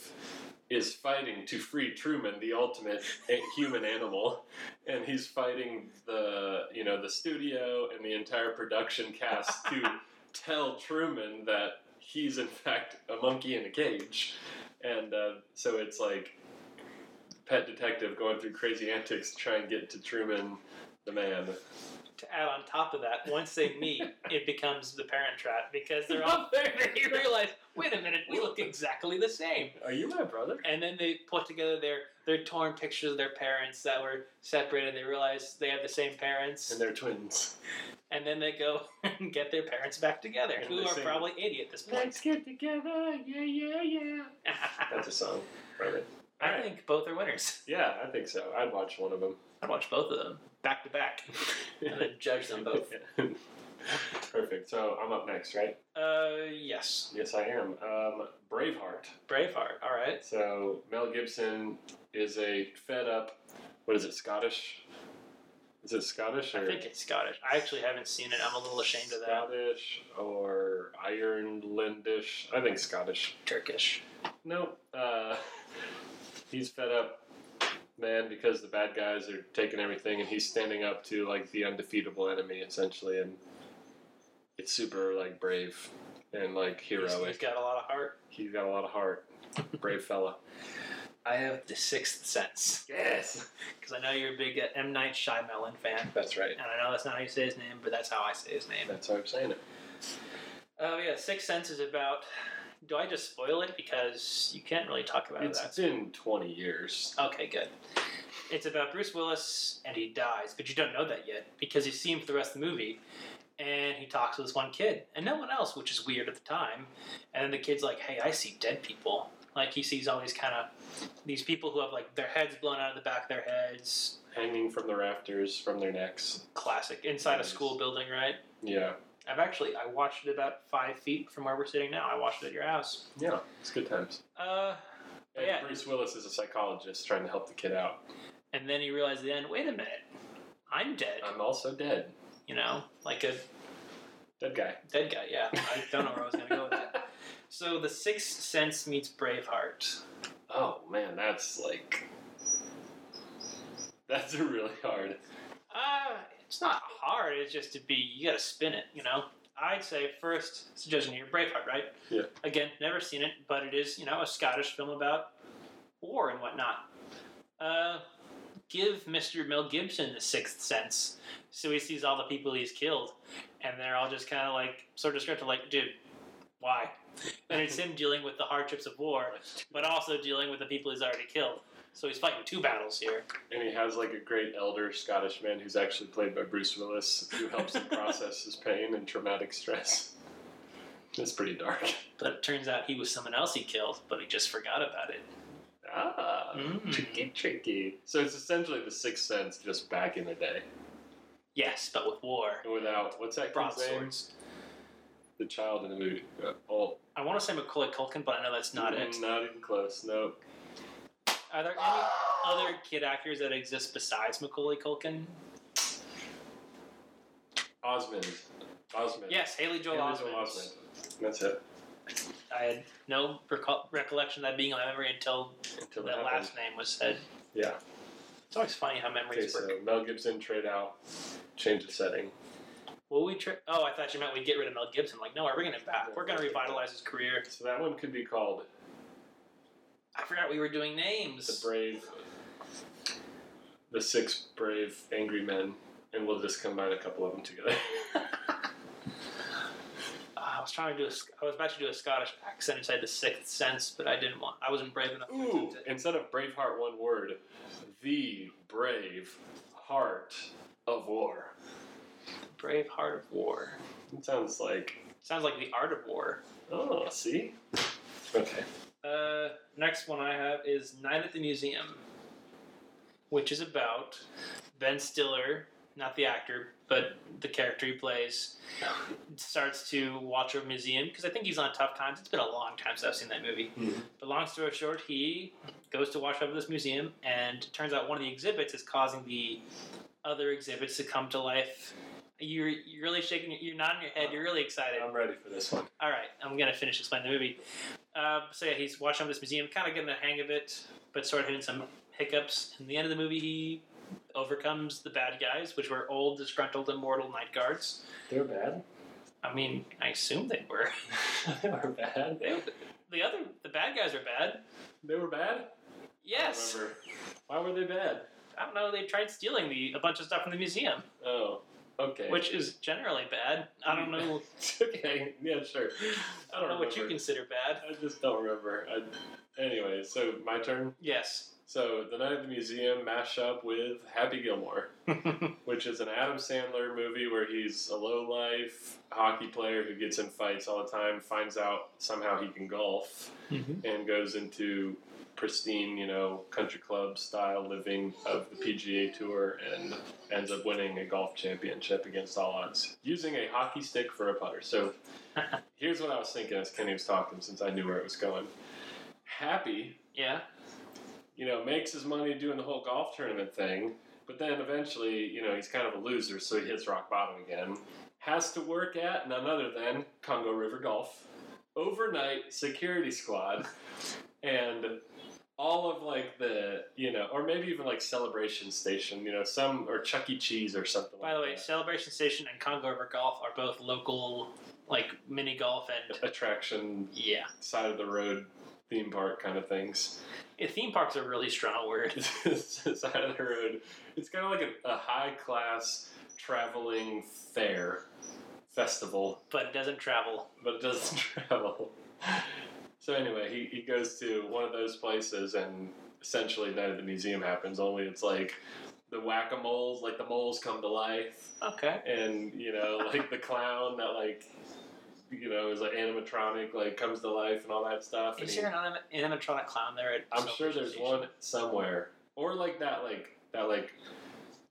[SPEAKER 2] is fighting to free Truman, the ultimate a- human animal, and he's fighting the you know the studio and the entire production cast to tell Truman that he's in fact a monkey in a cage, and uh, so it's like pet detective going through crazy antics to try and get to Truman, the man.
[SPEAKER 1] to add on top of that, once they meet, it becomes the parent trap because they're all you realize, wait a minute, we look exactly the same.
[SPEAKER 2] Are you my brother?
[SPEAKER 1] And then they put together their their torn pictures of their parents that were separated. And they realize they have the same parents,
[SPEAKER 2] And they're twins.
[SPEAKER 1] and then they go and get their parents back together,
[SPEAKER 2] And
[SPEAKER 1] who
[SPEAKER 2] they
[SPEAKER 1] are
[SPEAKER 2] sing-
[SPEAKER 1] probably eighty at this point.
[SPEAKER 2] get together, yeah, yeah, yeah. That's a song from it.
[SPEAKER 1] I think both are winners.
[SPEAKER 2] Yeah, I think so. I'd watch one of them.
[SPEAKER 1] I'd watch both of them back to back and then judge them both.
[SPEAKER 2] Perfect. So I'm up next, right?
[SPEAKER 1] Uh, yes,
[SPEAKER 2] Yes, I am. Um, Braveheart.
[SPEAKER 1] Braveheart. All right.
[SPEAKER 2] So Mel Gibson is a fed up. What is it? Scottish? Is it Scottish or
[SPEAKER 1] I think it's Scottish. I actually haven't seen it. I'm a little ashamed of that.
[SPEAKER 2] Scottish or Irelandish? I think Scottish.
[SPEAKER 1] Turkish.
[SPEAKER 2] No. Uh, he's fed up man because the bad guys are taking everything, and he's standing up to like the undefeatable enemy essentially, and it's super like brave and like
[SPEAKER 1] He's- he's
[SPEAKER 2] heroic.
[SPEAKER 1] got a lot of heart.
[SPEAKER 2] He's got a lot of heart. Brave fella.
[SPEAKER 1] I have the sixth sense
[SPEAKER 2] Yes.
[SPEAKER 1] because I know you're a big uh, M Night Shyamalan fan,
[SPEAKER 2] That's right.
[SPEAKER 1] and I know that's not how you say his name, but that's how I say his name.
[SPEAKER 2] That's how I'm saying it.
[SPEAKER 1] Oh yeah, Sixth Sense is about. Do I just spoil it because you can't really talk about
[SPEAKER 2] It's
[SPEAKER 1] that?
[SPEAKER 2] been 20 years.
[SPEAKER 1] Okay, good. It's about Bruce Willis and he dies, but you don't know that yet because you see him for the rest of the movie. And he talks to this one kid and no one else, which is weird at the time. And then the kid's like, hey, I see dead people. Like, he sees all these kind of these people who have like their heads blown out of the back of their heads.
[SPEAKER 2] Hanging from the rafters from their necks.
[SPEAKER 1] Classic. Inside a
[SPEAKER 2] Nice.
[SPEAKER 1] school building, right?
[SPEAKER 2] Yeah.
[SPEAKER 1] I've actually, I watched it about five feet from where we're sitting now. I watched it at your house.
[SPEAKER 2] Yeah. It's good times.
[SPEAKER 1] Uh,
[SPEAKER 2] And
[SPEAKER 1] Yeah.
[SPEAKER 2] Bruce Willis is a psychologist trying to help the kid out.
[SPEAKER 1] and then you realize at the end, wait a minute, I'm dead.
[SPEAKER 2] I'm also dead.
[SPEAKER 1] You know, like a
[SPEAKER 2] Dead guy.
[SPEAKER 1] Dead guy, yeah. I don't know where I was going to go with that. So the Sixth Sense meets Braveheart.
[SPEAKER 2] Oh, man. That's like. That's really hard.
[SPEAKER 1] Uh, it's not hard. It's just to be, you got to spin it, you know? I'd say first suggestion here, Braveheart, right?
[SPEAKER 2] Yeah.
[SPEAKER 1] Again, never seen it, but it is, you know, a Scottish film about war and whatnot. Uh, give Mr. Mel Gibson the Sixth Sense. So he sees all the people he's killed, and they're all just kind of like, sort of descriptive, like, dude, why? And it's him dealing with the hardships of war, but also dealing with the people he's already killed. So he's fighting two battles here.
[SPEAKER 2] And he has like a great elder Scottish man who's actually played by Bruce Willis who helps him process his pain and traumatic stress. It's pretty dark.
[SPEAKER 1] But it turns out he was someone else he killed, but he just forgot about it.
[SPEAKER 2] Ah.
[SPEAKER 1] Mm.
[SPEAKER 2] Tricky, tricky. So it's essentially the Sixth Sense just back in the day.
[SPEAKER 1] Yes, but with war.
[SPEAKER 2] And without, what's that kid's name?
[SPEAKER 1] Broadswords.
[SPEAKER 2] The child in the movie. Uh, Oh,
[SPEAKER 1] I want to say Macaulay Culkin, but I know that's not it.
[SPEAKER 2] Not even close, no.
[SPEAKER 1] Are there any other kid actors that exist besides Macaulay Culkin?
[SPEAKER 2] Osmond. Osmond.
[SPEAKER 1] Yes, Haley Joel
[SPEAKER 2] Haley
[SPEAKER 1] Osment.
[SPEAKER 2] Osment. That's it.
[SPEAKER 1] I had no recall- recollection of that being in my memory until
[SPEAKER 2] Until
[SPEAKER 1] that
[SPEAKER 2] that
[SPEAKER 1] last name was said.
[SPEAKER 2] Yeah.
[SPEAKER 1] It's always funny how
[SPEAKER 2] Okay,
[SPEAKER 1] memories
[SPEAKER 2] so
[SPEAKER 1] work.
[SPEAKER 2] Mel Gibson trade out, change the setting.
[SPEAKER 1] Will we? Tri- oh, I thought you meant we'd get rid of Mel Gibson. Like, no, we're bringing him back.
[SPEAKER 2] No,
[SPEAKER 1] We're going to
[SPEAKER 2] we're bringing him
[SPEAKER 1] revitalize his career.
[SPEAKER 2] So that one could be called
[SPEAKER 1] I forgot we were doing
[SPEAKER 2] the
[SPEAKER 1] names.
[SPEAKER 2] brave, the six brave angry men, and we'll just combine a couple of them together.
[SPEAKER 1] Ah, Uh, I was trying to do. A, Sc- I was about to do a Scottish accent inside the Sixth Sense, but I didn't want. I wasn't brave enough. to
[SPEAKER 2] Ooh,
[SPEAKER 1] attempt it.
[SPEAKER 2] instead of Braveheart, one word, the brave heart of war.
[SPEAKER 1] Brave Heart of War.
[SPEAKER 2] It sounds like,
[SPEAKER 1] Sounds like the Art of War.
[SPEAKER 2] oh, see? Okay.
[SPEAKER 1] Uh, next one I have is Night at the Museum, which is about Ben Stiller, not the actor, but the character he plays, starts to watch a museum because I think he's on tough times. It's been a long time since I've seen that movie.
[SPEAKER 2] Mhm.
[SPEAKER 1] But long story short, he goes to watch over this museum, and it turns out one of the exhibits is causing the other exhibits to come to life. You're, you're really shaking. your- You're nodding your head. You're really excited.
[SPEAKER 2] I'm ready for this one.
[SPEAKER 1] All right, I'm gonna finish explaining the movie. Uh, so yeah, he's watching this museum, kind of getting the hang of it, but sort of hitting some hiccups. In the end of the movie, he overcomes the bad guys, which were old, disgruntled, immortal night guards.
[SPEAKER 2] They're bad.
[SPEAKER 1] I mean, I assume they were.
[SPEAKER 2] they were bad.
[SPEAKER 1] They, the other, the bad guys are bad.
[SPEAKER 2] They were bad?
[SPEAKER 1] Yes.
[SPEAKER 2] Remember. Why were they bad?
[SPEAKER 1] I don't know. They tried stealing the a bunch of stuff from the museum,
[SPEAKER 2] Oh, okay.
[SPEAKER 1] which is generally bad. I don't know.
[SPEAKER 2] okay, yeah, sure.
[SPEAKER 1] I don't know what you
[SPEAKER 2] remember.
[SPEAKER 1] consider bad.
[SPEAKER 2] I just don't remember. I, anyway, so my turn.
[SPEAKER 1] Yes.
[SPEAKER 2] So, The Night at the Museum mash up with Happy Gilmore. which is an Adam Sandler movie where he's a low life hockey player who gets in fights all the time, finds out somehow he can golf, and goes into pristine, you know, country club style living of the PGA Tour and ends up winning a golf championship against all odds using a hockey stick for a putter. So here's what I was thinking as Kenny was talking since I knew where it was going. Happy
[SPEAKER 1] Yeah.
[SPEAKER 2] you know, makes his money doing the whole golf tournament thing, but then eventually, you know, he's kind of a loser, so he hits rock bottom again. Has to work at none other than Congo River Golf, overnight security squad, and all of like the you know, or maybe even like Celebration Station, you know, some or Chuck E. Cheese or something.
[SPEAKER 1] By
[SPEAKER 2] like
[SPEAKER 1] the way,
[SPEAKER 2] that.
[SPEAKER 1] Celebration Station and Congo River Golf are both local, like mini golf and
[SPEAKER 2] attraction
[SPEAKER 1] yeah.
[SPEAKER 2] side of the road theme park kind of things.
[SPEAKER 1] yeah theme park's a really strong word.
[SPEAKER 2] side of the road. It's kind of like a, a high class traveling fair festival,
[SPEAKER 1] but it doesn't travel.
[SPEAKER 2] but it doesn't travel. So anyway, he, he goes to one of those places and essentially night at the museum happens, only it's like the whack-a-moles, like the moles come to life
[SPEAKER 1] Okay.
[SPEAKER 2] and you know like the clown that like you know is like animatronic like comes to life and all that stuff and
[SPEAKER 1] Is
[SPEAKER 2] he-
[SPEAKER 1] there an anim- animatronic clown there? At
[SPEAKER 2] i'm sure
[SPEAKER 1] Celebration
[SPEAKER 2] there's
[SPEAKER 1] Station?
[SPEAKER 2] one somewhere or like that like that like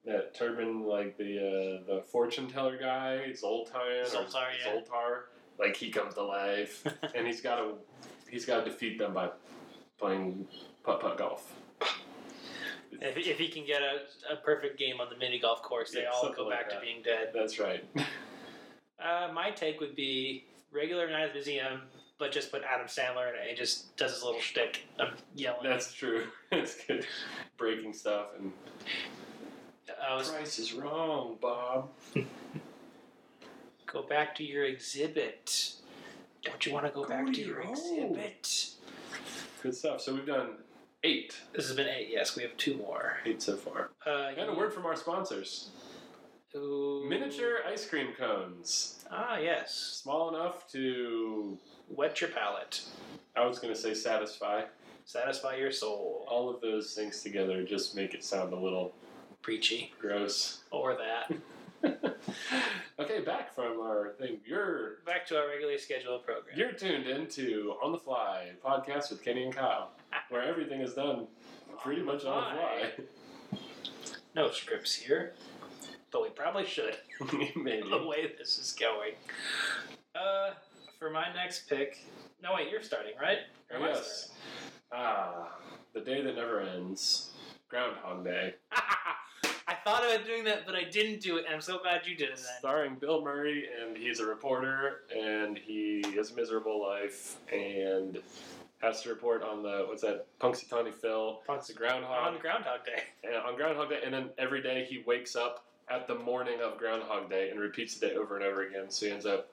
[SPEAKER 2] that turban like the uh, the fortune teller guy zoltan
[SPEAKER 1] Zoltar,
[SPEAKER 2] or
[SPEAKER 1] yeah.
[SPEAKER 2] zoltar like he comes to life and he's got to he's got to defeat them by playing putt putt golf
[SPEAKER 1] If, if he can get a, a perfect game on the mini golf course, they
[SPEAKER 2] Yeah,
[SPEAKER 1] all
[SPEAKER 2] something
[SPEAKER 1] go
[SPEAKER 2] like
[SPEAKER 1] back to
[SPEAKER 2] that.
[SPEAKER 1] being dead.
[SPEAKER 2] that's right
[SPEAKER 1] Uh, my take would be regular Night at the Museum, but just put Adam Sandler in it. He just does his little shtick of yelling.
[SPEAKER 2] that's true it's good breaking stuff and
[SPEAKER 1] I was
[SPEAKER 2] price is wrong bob
[SPEAKER 1] Go back to your exhibit. Don't you want to go, back
[SPEAKER 2] to
[SPEAKER 1] to your
[SPEAKER 2] your own.
[SPEAKER 1] exhibit?
[SPEAKER 2] Good stuff. So we've done eight,
[SPEAKER 1] This has been eight. Yes, we have two more.
[SPEAKER 2] eight so far.
[SPEAKER 1] Uh,
[SPEAKER 2] And a word from our sponsors:
[SPEAKER 1] Ooh.
[SPEAKER 2] miniature ice cream cones,
[SPEAKER 1] Ah, yes.
[SPEAKER 2] small enough to
[SPEAKER 1] Wet your palate.
[SPEAKER 2] I was going to say satisfy.
[SPEAKER 1] Satisfy your soul.
[SPEAKER 2] All of those things together just make it sound a little
[SPEAKER 1] Oh, Preachy.
[SPEAKER 2] gross.
[SPEAKER 1] Or that.
[SPEAKER 2] okay, back from our thing. You're
[SPEAKER 1] Back to our regularly scheduled program.
[SPEAKER 2] you're tuned into On the Fly podcast with Kenny and Kyle, where everything is done pretty
[SPEAKER 1] On the
[SPEAKER 2] much on the
[SPEAKER 1] fly. no scripts here, but we probably should.
[SPEAKER 2] fly. Oh, Maybe.
[SPEAKER 1] the way this is going. Uh, for my next pick. No, wait, you're starting, right? Or am I
[SPEAKER 2] Yes. Ah, the day that never ends. Groundhog Day.
[SPEAKER 1] starting? I thought about doing that, but I didn't do it, and I'm so glad you did it then.
[SPEAKER 2] Starring Bill Murray, and he's a reporter, and he his miserable life, and has to report on the what's that Punxsutawney Phil,
[SPEAKER 1] Punx-
[SPEAKER 2] the Groundhog,
[SPEAKER 1] on Groundhog Day.
[SPEAKER 2] and on Groundhog Day, and then every day he wakes up at the morning of Groundhog Day and repeats the day over and over again. So he ends up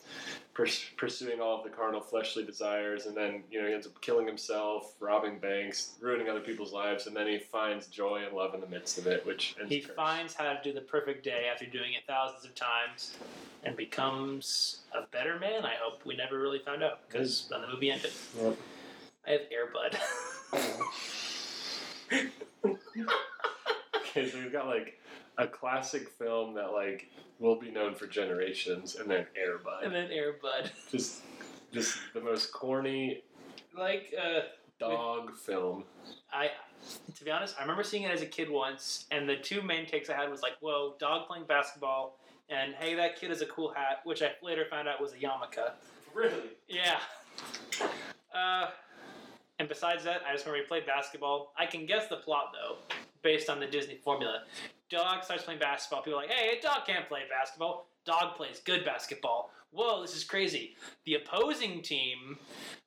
[SPEAKER 2] pers- pursuing all of the carnal fleshly desires, and then you know he ends up killing himself, robbing banks, ruining other people's lives, and then he finds joy and love in the midst of it, which ends
[SPEAKER 1] He
[SPEAKER 2] cursed.
[SPEAKER 1] finds how to do the perfect day after doing it thousands of times and becomes a better man. I hope we never really found out because then the movie ended.
[SPEAKER 2] Yep.
[SPEAKER 1] I have Airbud.
[SPEAKER 2] Okay, so we've got like a classic film that like will be known for generations, and then
[SPEAKER 1] and
[SPEAKER 2] Airbud.
[SPEAKER 1] then Airbud.
[SPEAKER 2] Just, just the most corny
[SPEAKER 1] Like, uh,
[SPEAKER 2] dog film.
[SPEAKER 1] I, to be honest, I remember seeing it as a kid once, and the two main takes I had was like, "Whoa, dog playing basketball," and "Hey, that kid has a cool hat," which I later found out was a yarmulke.
[SPEAKER 2] Really?
[SPEAKER 1] Yeah. Uh, and besides that, I just remember he played basketball. I can guess the plot though, based on the Disney formula. Dog starts playing basketball. People are like, "Hey, a dog can't play basketball." Dog plays good basketball. Whoa, this is crazy. The opposing team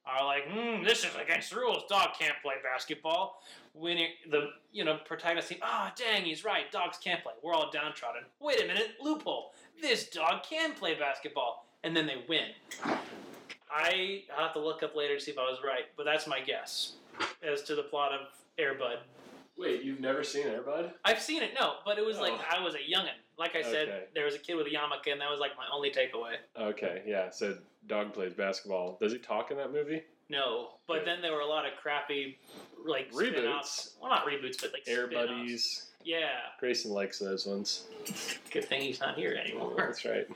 [SPEAKER 1] are like, mm, "This is against the rules. Dog can't play basketball." When it- the you know protagonist team, ah, dang, he's right. Dogs can't play. We're all downtrodden. Wait a minute, loophole. This dog can play basketball, and then they win. I I'll have to look up later to see if I was right, but that's my guess as to the plot of Airbud.
[SPEAKER 2] Wait, you've never seen Airbud?
[SPEAKER 1] I've seen it, no, but it was like
[SPEAKER 2] Oh.
[SPEAKER 1] I was a youngin. Like I said,
[SPEAKER 2] Okay.
[SPEAKER 1] there was a kid with a yarmulke, and that was like my only takeaway.
[SPEAKER 2] Okay, yeah. So dog plays basketball. Does he talk in that movie?
[SPEAKER 1] No, but then there were a lot of crappy, like
[SPEAKER 2] Reboots.
[SPEAKER 1] spin-offs. Well, not reboots, but like
[SPEAKER 2] Air
[SPEAKER 1] spin-offs.
[SPEAKER 2] buddies.
[SPEAKER 1] Yeah,
[SPEAKER 2] Grayson likes those ones.
[SPEAKER 1] good thing he's not here anymore.
[SPEAKER 2] That's right.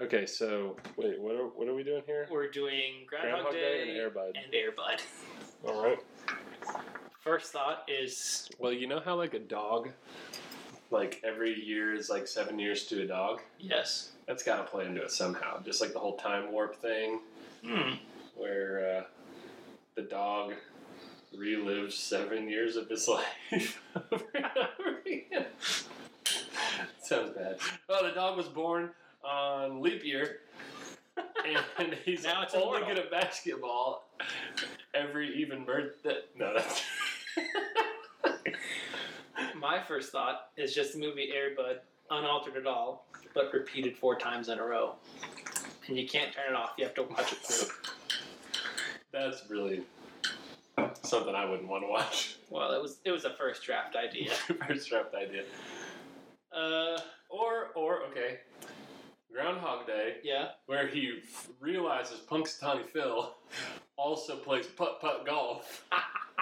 [SPEAKER 2] Okay, so wait, what are what are we doing here?
[SPEAKER 1] We're doing Groundhog, Day,
[SPEAKER 2] and Airbud.
[SPEAKER 1] and Airbud.
[SPEAKER 2] All right.
[SPEAKER 1] First thought is
[SPEAKER 2] Well, you know how like a dog, like every year is like seven years to a dog.
[SPEAKER 1] yes.
[SPEAKER 2] That's got to play into it somehow. Just like the whole time warp thing,
[SPEAKER 1] Hmm.
[SPEAKER 2] where uh, the dog relives seven years of his life over and over again. Sounds bad. Oh, the dog was born on leap year, and he's
[SPEAKER 1] Now it's
[SPEAKER 2] only
[SPEAKER 1] immortal.
[SPEAKER 2] good at basketball every even birth. No, that's
[SPEAKER 1] My first thought is just the movie Airbud, unaltered at all, but repeated four times in a row. And you can't turn it off, you have to watch it through.
[SPEAKER 2] That's really something I wouldn't want to watch.
[SPEAKER 1] Well, it was it was a first draft idea.
[SPEAKER 2] First draft idea.
[SPEAKER 1] Uh,
[SPEAKER 2] Or, or okay, Groundhog Day,
[SPEAKER 1] yeah.
[SPEAKER 2] where he f- realizes Punxsutawney Phil also plays putt putt golf,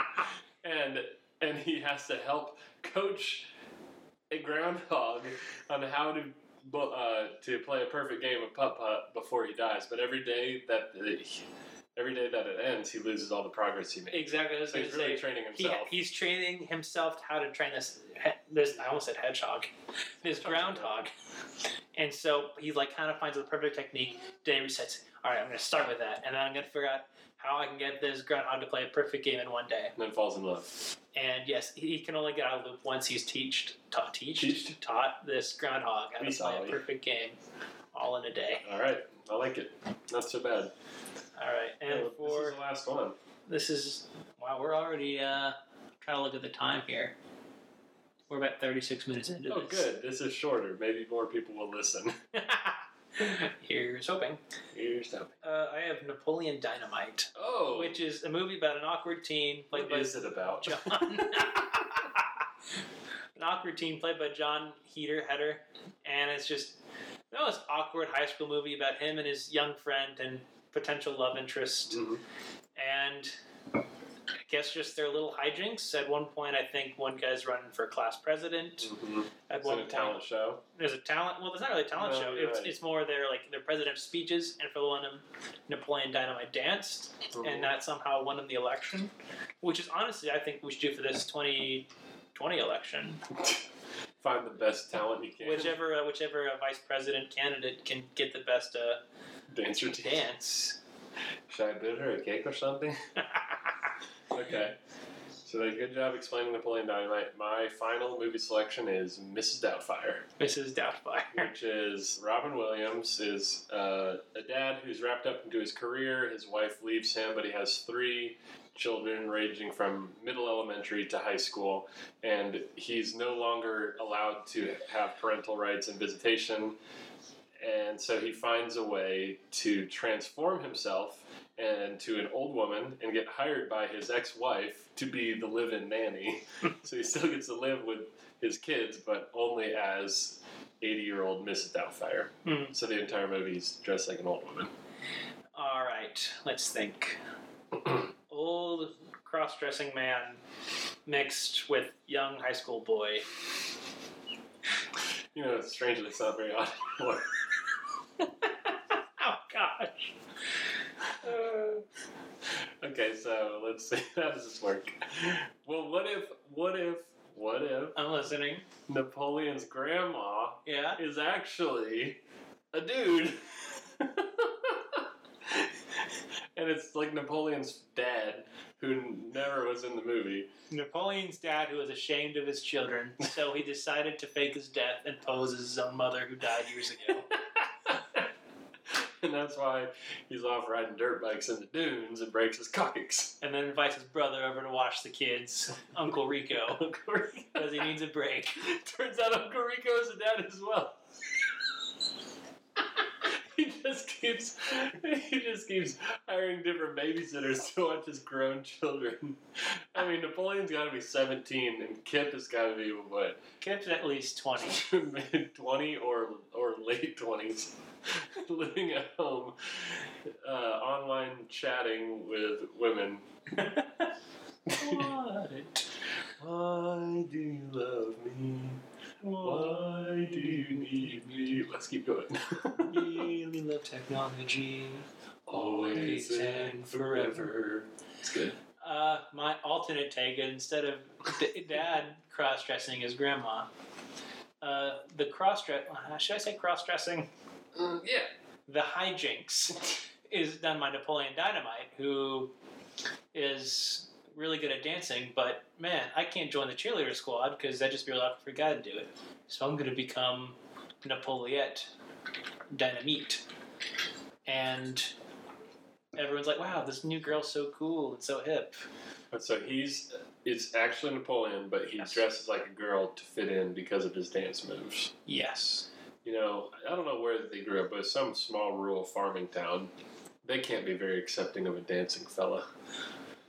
[SPEAKER 2] and and he has to help coach a groundhog on how to. bu- Uh, to play a perfect game of putt putt before he dies, but every day that every day that it ends, he loses all the progress he made.
[SPEAKER 1] Exactly. I was
[SPEAKER 2] So
[SPEAKER 1] going
[SPEAKER 2] he's
[SPEAKER 1] to
[SPEAKER 2] really
[SPEAKER 1] say.
[SPEAKER 2] training
[SPEAKER 1] He,
[SPEAKER 2] himself.
[SPEAKER 1] he's training himself how to train this. This I almost said hedgehog. This groundhog. And so he like kind of finds the perfect technique. Then he resets. All right, I'm going to start with that, and then I'm going to figure out how I can get this groundhog to play a perfect game in one day.
[SPEAKER 2] and then falls in love.
[SPEAKER 1] And yes, he can only get out of the loop once he's teached, taught, teached,
[SPEAKER 2] Teached.
[SPEAKER 1] taught this groundhog how to
[SPEAKER 2] He's
[SPEAKER 1] play
[SPEAKER 2] solid.
[SPEAKER 1] a perfect game, all in a day.
[SPEAKER 2] All right, I like it. Not so bad.
[SPEAKER 1] All right, and
[SPEAKER 2] Well, this
[SPEAKER 1] for
[SPEAKER 2] is the last one.
[SPEAKER 1] this is wow, we're already uh, trying to look at the time here. We're about thirty-six minutes into
[SPEAKER 2] Oh,
[SPEAKER 1] this.
[SPEAKER 2] good. This is shorter. Maybe more people will listen.
[SPEAKER 1] good. Here's hoping.
[SPEAKER 2] Here's something.
[SPEAKER 1] Uh, I have Napoleon Dynamite,
[SPEAKER 2] Oh,
[SPEAKER 1] which is a movie about an awkward teen played
[SPEAKER 2] what
[SPEAKER 1] by
[SPEAKER 2] is it about?
[SPEAKER 1] John. An awkward teen played by John Heater Header, and it's just the most awkward high school movie about him and his young friend and potential love interest,
[SPEAKER 2] Mhm.
[SPEAKER 1] and I guess just their little hijinks. At one point, I think one guy's running for class president.
[SPEAKER 2] Mhm.
[SPEAKER 1] At
[SPEAKER 2] It's
[SPEAKER 1] one
[SPEAKER 2] in a
[SPEAKER 1] point,
[SPEAKER 2] talent show.
[SPEAKER 1] there's a talent. Well, there's not really a talent
[SPEAKER 2] No,
[SPEAKER 1] show.
[SPEAKER 2] you're
[SPEAKER 1] It's,
[SPEAKER 2] right.
[SPEAKER 1] it's more their like their president's speeches, and for the one of them, Napoleon Dynamite danced
[SPEAKER 2] Mm-hmm.
[SPEAKER 1] and that somehow won him the election, which is honestly I think we should do for this 2020 election.
[SPEAKER 2] Find the best talent you can.
[SPEAKER 1] Whichever uh, whichever uh, vice president candidate can get the best uh,
[SPEAKER 2] dancer team.
[SPEAKER 1] dance.
[SPEAKER 2] Should I bid her a cake or something? okay. So, then, good job explaining Napoleon Dynamite. My final movie selection is Mrs. Doubtfire.
[SPEAKER 1] Mrs. Doubtfire.
[SPEAKER 2] which is Robin Williams is uh, a dad who's wrapped up into his career. His wife leaves him, but he has three children ranging from middle elementary to high school, and he's no longer allowed to have parental rights and visitation. And so he finds a way to transform himself and to an old woman and get hired by his ex-wife to be the live-in nanny. so he still gets to live with his kids, but only as 80 year old Mrs. Doubtfire.
[SPEAKER 1] Hmm.
[SPEAKER 2] So the entire movie's dressed like an old woman.
[SPEAKER 1] All right, let's think. Old cross-dressing man mixed with young high school boy.
[SPEAKER 2] You know, strangely, it's not very odd anymore.
[SPEAKER 1] Oh gosh. Uh,
[SPEAKER 2] okay, so let's see. How does this work? Well, what if, what if, what if
[SPEAKER 1] I'm listening.
[SPEAKER 2] Napoleon's grandma
[SPEAKER 1] Yeah.
[SPEAKER 2] is actually a dude? and it's like Napoleon's dad, who never was in the movie.
[SPEAKER 1] Napoleon's dad, who was ashamed of his children, so he decided to fake his death and pose as his own mother, who died years ago.
[SPEAKER 2] And that's why he's off riding dirt bikes in the dunes and breaks his cockies.
[SPEAKER 1] and then invites his brother over to watch the kids, Uncle Rico, because he needs a break.
[SPEAKER 2] Turns out Uncle Rico is a dad as well. he just keeps he just keeps hiring different babysitters to watch his grown children. I mean Napoleon's gotta be seventeen and Kip has gotta be what
[SPEAKER 1] Kip's at least 20.
[SPEAKER 2] mid twenty or or late twenties. Living at home, uh, online chatting with women.
[SPEAKER 1] what?
[SPEAKER 2] Why do you love me? Why do you need me? Let's keep going.
[SPEAKER 1] really love technology.
[SPEAKER 2] Always and forever. It's good.
[SPEAKER 1] Uh, my alternate take, instead of d- dad cross dressing, is grandma. Uh, the cross dress, should I say cross dressing?
[SPEAKER 2] yeah.
[SPEAKER 1] the hijinks is done by Napoleon Dynamite, who is really good at dancing, but man, I can't join the cheerleader squad because that'd just be really awkward for a guy to do it. So I'm going to become Napoleon Dynamite. And everyone's like, wow, this new girl's so cool and so hip.
[SPEAKER 2] And so he's it's actually Napoleon, but he
[SPEAKER 1] Yes.
[SPEAKER 2] dresses like a girl to fit in because of his dance moves.
[SPEAKER 1] Yes.
[SPEAKER 2] You know, I don't know where they grew up, but some small rural farming town. They can't be very accepting of a dancing fella.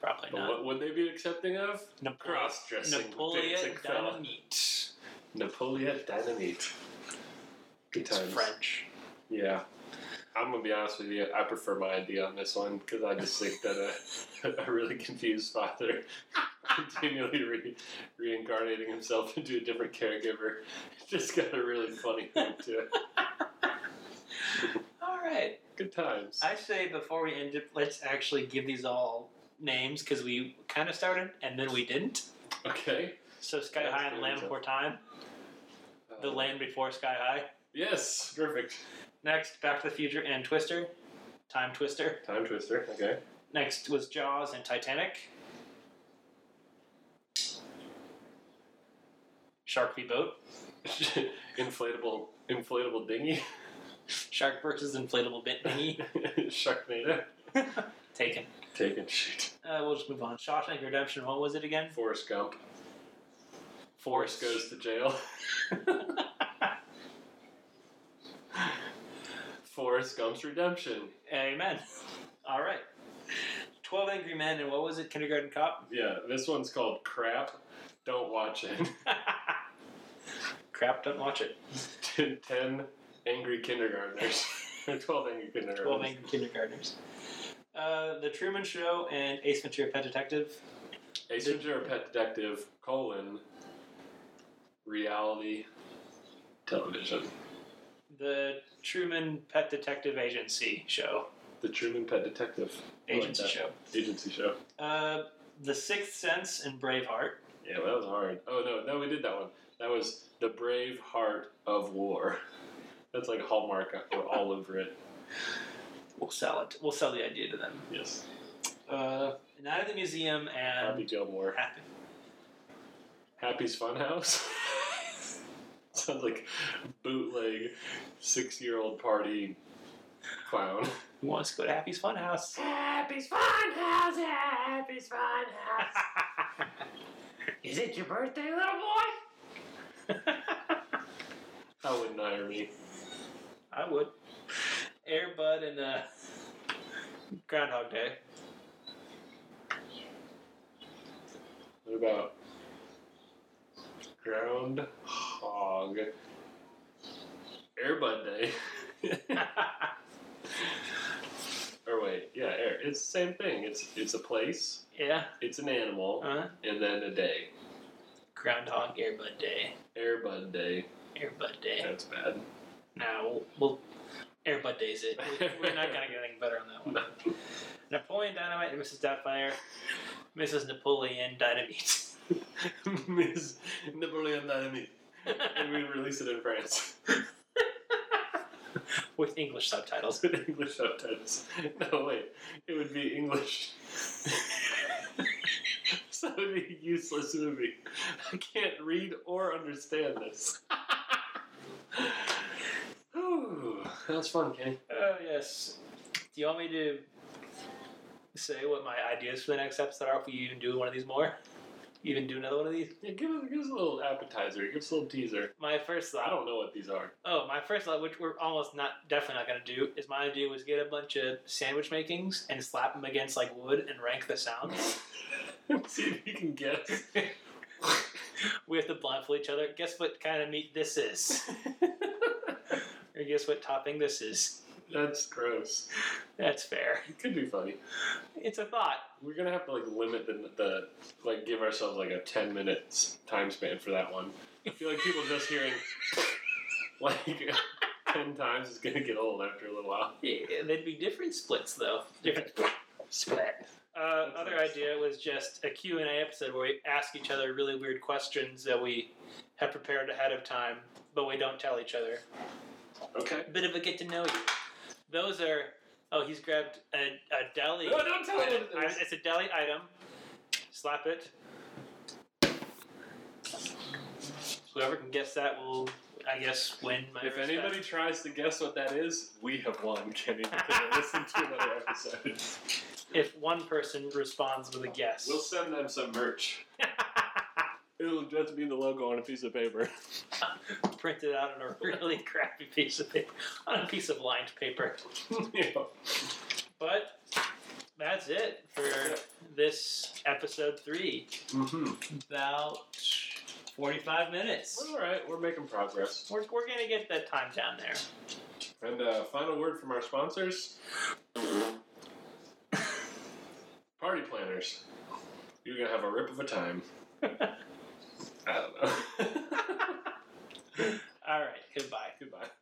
[SPEAKER 1] Probably
[SPEAKER 2] But
[SPEAKER 1] not.
[SPEAKER 2] what would they be accepting of?
[SPEAKER 1] Napoleon,
[SPEAKER 2] Cross dressing
[SPEAKER 1] Napoleon
[SPEAKER 2] dancing fella.
[SPEAKER 1] Dynamite.
[SPEAKER 2] Napoleon Dynamite. Good
[SPEAKER 1] It's
[SPEAKER 2] times.
[SPEAKER 1] French.
[SPEAKER 2] Yeah. I'm gonna be honest with you. I prefer my idea on this one because I just think that uh, a, a really confused father continually re- reincarnating himself into a different caregiver just got a really funny thing to it.
[SPEAKER 1] All right.
[SPEAKER 2] Good times.
[SPEAKER 1] I say before we end it, let's actually give these all names because we kind of started and then we didn't.
[SPEAKER 2] okay.
[SPEAKER 1] So Sky
[SPEAKER 2] Yeah,
[SPEAKER 1] High
[SPEAKER 2] let's
[SPEAKER 1] and
[SPEAKER 2] do
[SPEAKER 1] Land
[SPEAKER 2] these
[SPEAKER 1] Before Time, The
[SPEAKER 2] Uh,
[SPEAKER 1] Land Before Sky High.
[SPEAKER 2] Yes. Perfect.
[SPEAKER 1] Next, Back to the Future and Twister, Time Twister.
[SPEAKER 2] Time twister. Okay.
[SPEAKER 1] Next was Jaws and Titanic. Shark v Boat.
[SPEAKER 2] inflatable. Inflatable dinghy.
[SPEAKER 1] Shark versus Inflatable Bit Dinghy.
[SPEAKER 2] Sharknado.
[SPEAKER 1] Taken.
[SPEAKER 2] Take and shoot.
[SPEAKER 1] Uh, we'll just move on. Shawshank Redemption, what was it again?
[SPEAKER 2] Forrest Gump.
[SPEAKER 1] Force
[SPEAKER 2] Forrest goes to jail. Forrest Gump's redemption.
[SPEAKER 1] Amen. All right. Twelve Angry Men and what was it? Kindergarten Cop.
[SPEAKER 2] Yeah, this one's called Crap. Don't watch it.
[SPEAKER 1] Crap! Don't watch it.
[SPEAKER 2] Ten angry kindergartners. Or Twelve angry kindergartners.
[SPEAKER 1] Twelve Angry Kindergartners. Uh, the Truman Show and Ace Ventura: Pet Detective.
[SPEAKER 2] Ace Ventura, Pet Detective, colon, reality television.
[SPEAKER 1] The Truman Pet Detective Agency show.
[SPEAKER 2] The Truman Pet Detective I like
[SPEAKER 1] Agency
[SPEAKER 2] that.
[SPEAKER 1] show.
[SPEAKER 2] agency show.
[SPEAKER 1] Uh, the Sixth Sense and Braveheart.
[SPEAKER 2] Yeah, that was hard. Oh no, no, we did that one. That was the brave heart of war. That's like Hallmark or all over it.
[SPEAKER 1] We'll sell it. We'll sell the idea to them.
[SPEAKER 2] Yes,
[SPEAKER 1] Uh, Night at the Museum
[SPEAKER 2] Happy
[SPEAKER 1] and
[SPEAKER 2] Gilmore.
[SPEAKER 1] Happy.
[SPEAKER 2] Happy's Funhouse. Sounds like bootleg six-year-old party clown.
[SPEAKER 1] Who wants to go to Happy's Funhouse?
[SPEAKER 2] Happy's Funhouse. Happy's Funhouse.
[SPEAKER 1] Is it your birthday, little boy?
[SPEAKER 2] I wouldn't hire me.
[SPEAKER 1] I would. Airbud and uh, Groundhog Day.
[SPEAKER 2] What about ground hog? Airbud Day. or wait, yeah, air. It's the same thing. It's it's a place,
[SPEAKER 1] yeah.
[SPEAKER 2] it's an animal,
[SPEAKER 1] Uh,
[SPEAKER 2] and then a day.
[SPEAKER 1] Groundhog Airbud Day.
[SPEAKER 2] Airbud Day.
[SPEAKER 1] Airbud Day.
[SPEAKER 2] That's bad.
[SPEAKER 1] No, we'll, we'll Airbud Day's it. We- We're not gonna get anything better on that one. Napoleon Dynamite and Mrs. Doubtfire. Mrs. Napoleon Dynamite.
[SPEAKER 2] Miss Napoleon Dynamite. And we release it in France
[SPEAKER 1] With English subtitles.
[SPEAKER 2] with English subtitles. No, wait. It would be English. so it would be a useless movie. I can't read or understand this. Ooh, that was fun, Kenny.
[SPEAKER 1] Oh yes. Do you want me to say what my ideas for the next episode are if we even do one of these more? Even do another one of these?
[SPEAKER 2] Yeah, give us, give us a little appetizer. Give us a little teaser.
[SPEAKER 1] My first
[SPEAKER 2] I
[SPEAKER 1] thought
[SPEAKER 2] don't know what these are.
[SPEAKER 1] oh, my first thought, which we're almost not definitely not gonna do, is my idea was get a bunch of sandwich makings and slap them against like wood and rank the sounds.
[SPEAKER 2] See if you can guess.
[SPEAKER 1] we have to blindfold each other. Guess what kind of meat this is? or guess what topping this is?
[SPEAKER 2] That's gross.
[SPEAKER 1] That's fair.
[SPEAKER 2] It could be funny.
[SPEAKER 1] It's a thought.
[SPEAKER 2] We're gonna have to like limit the, the like give ourselves like a ten minutes time span for that one. I feel like people just hearing like ten times is gonna get old after a little while.
[SPEAKER 1] Yeah, there'd be different splits though. Different split. Uh,
[SPEAKER 2] That's
[SPEAKER 1] other
[SPEAKER 2] nice.
[SPEAKER 1] idea was just a Q and A episode where we ask each other really weird questions that we have prepared ahead of time, but we don't tell each other.
[SPEAKER 2] Okay.
[SPEAKER 1] A bit of a get to know you. Those are oh, he's grabbed a, a deli.
[SPEAKER 2] No, don't tell me.
[SPEAKER 1] I- It's a deli item. Slap it. Whoever can guess that will, I guess, win my.
[SPEAKER 2] If
[SPEAKER 1] respect.
[SPEAKER 2] anybody tries to guess what that is, we have won, Kenny. Because I listened to another episode.
[SPEAKER 1] if one person responds with a guess.
[SPEAKER 2] We'll send them some merch. It'll just be the logo on a piece of paper.
[SPEAKER 1] Print it out on a really crappy piece of paper, on a piece of lined paper.
[SPEAKER 2] yeah.
[SPEAKER 1] But that's it for this episode three.
[SPEAKER 2] mm-hmm.
[SPEAKER 1] About 45 minutes.
[SPEAKER 2] All right, we're making progress.
[SPEAKER 1] We're, we're going to get that time down there.
[SPEAKER 2] And uh, final word from our sponsors Party planners. You're going to have a rip of a time. I don't know.
[SPEAKER 1] All right, goodbye.
[SPEAKER 2] Goodbye.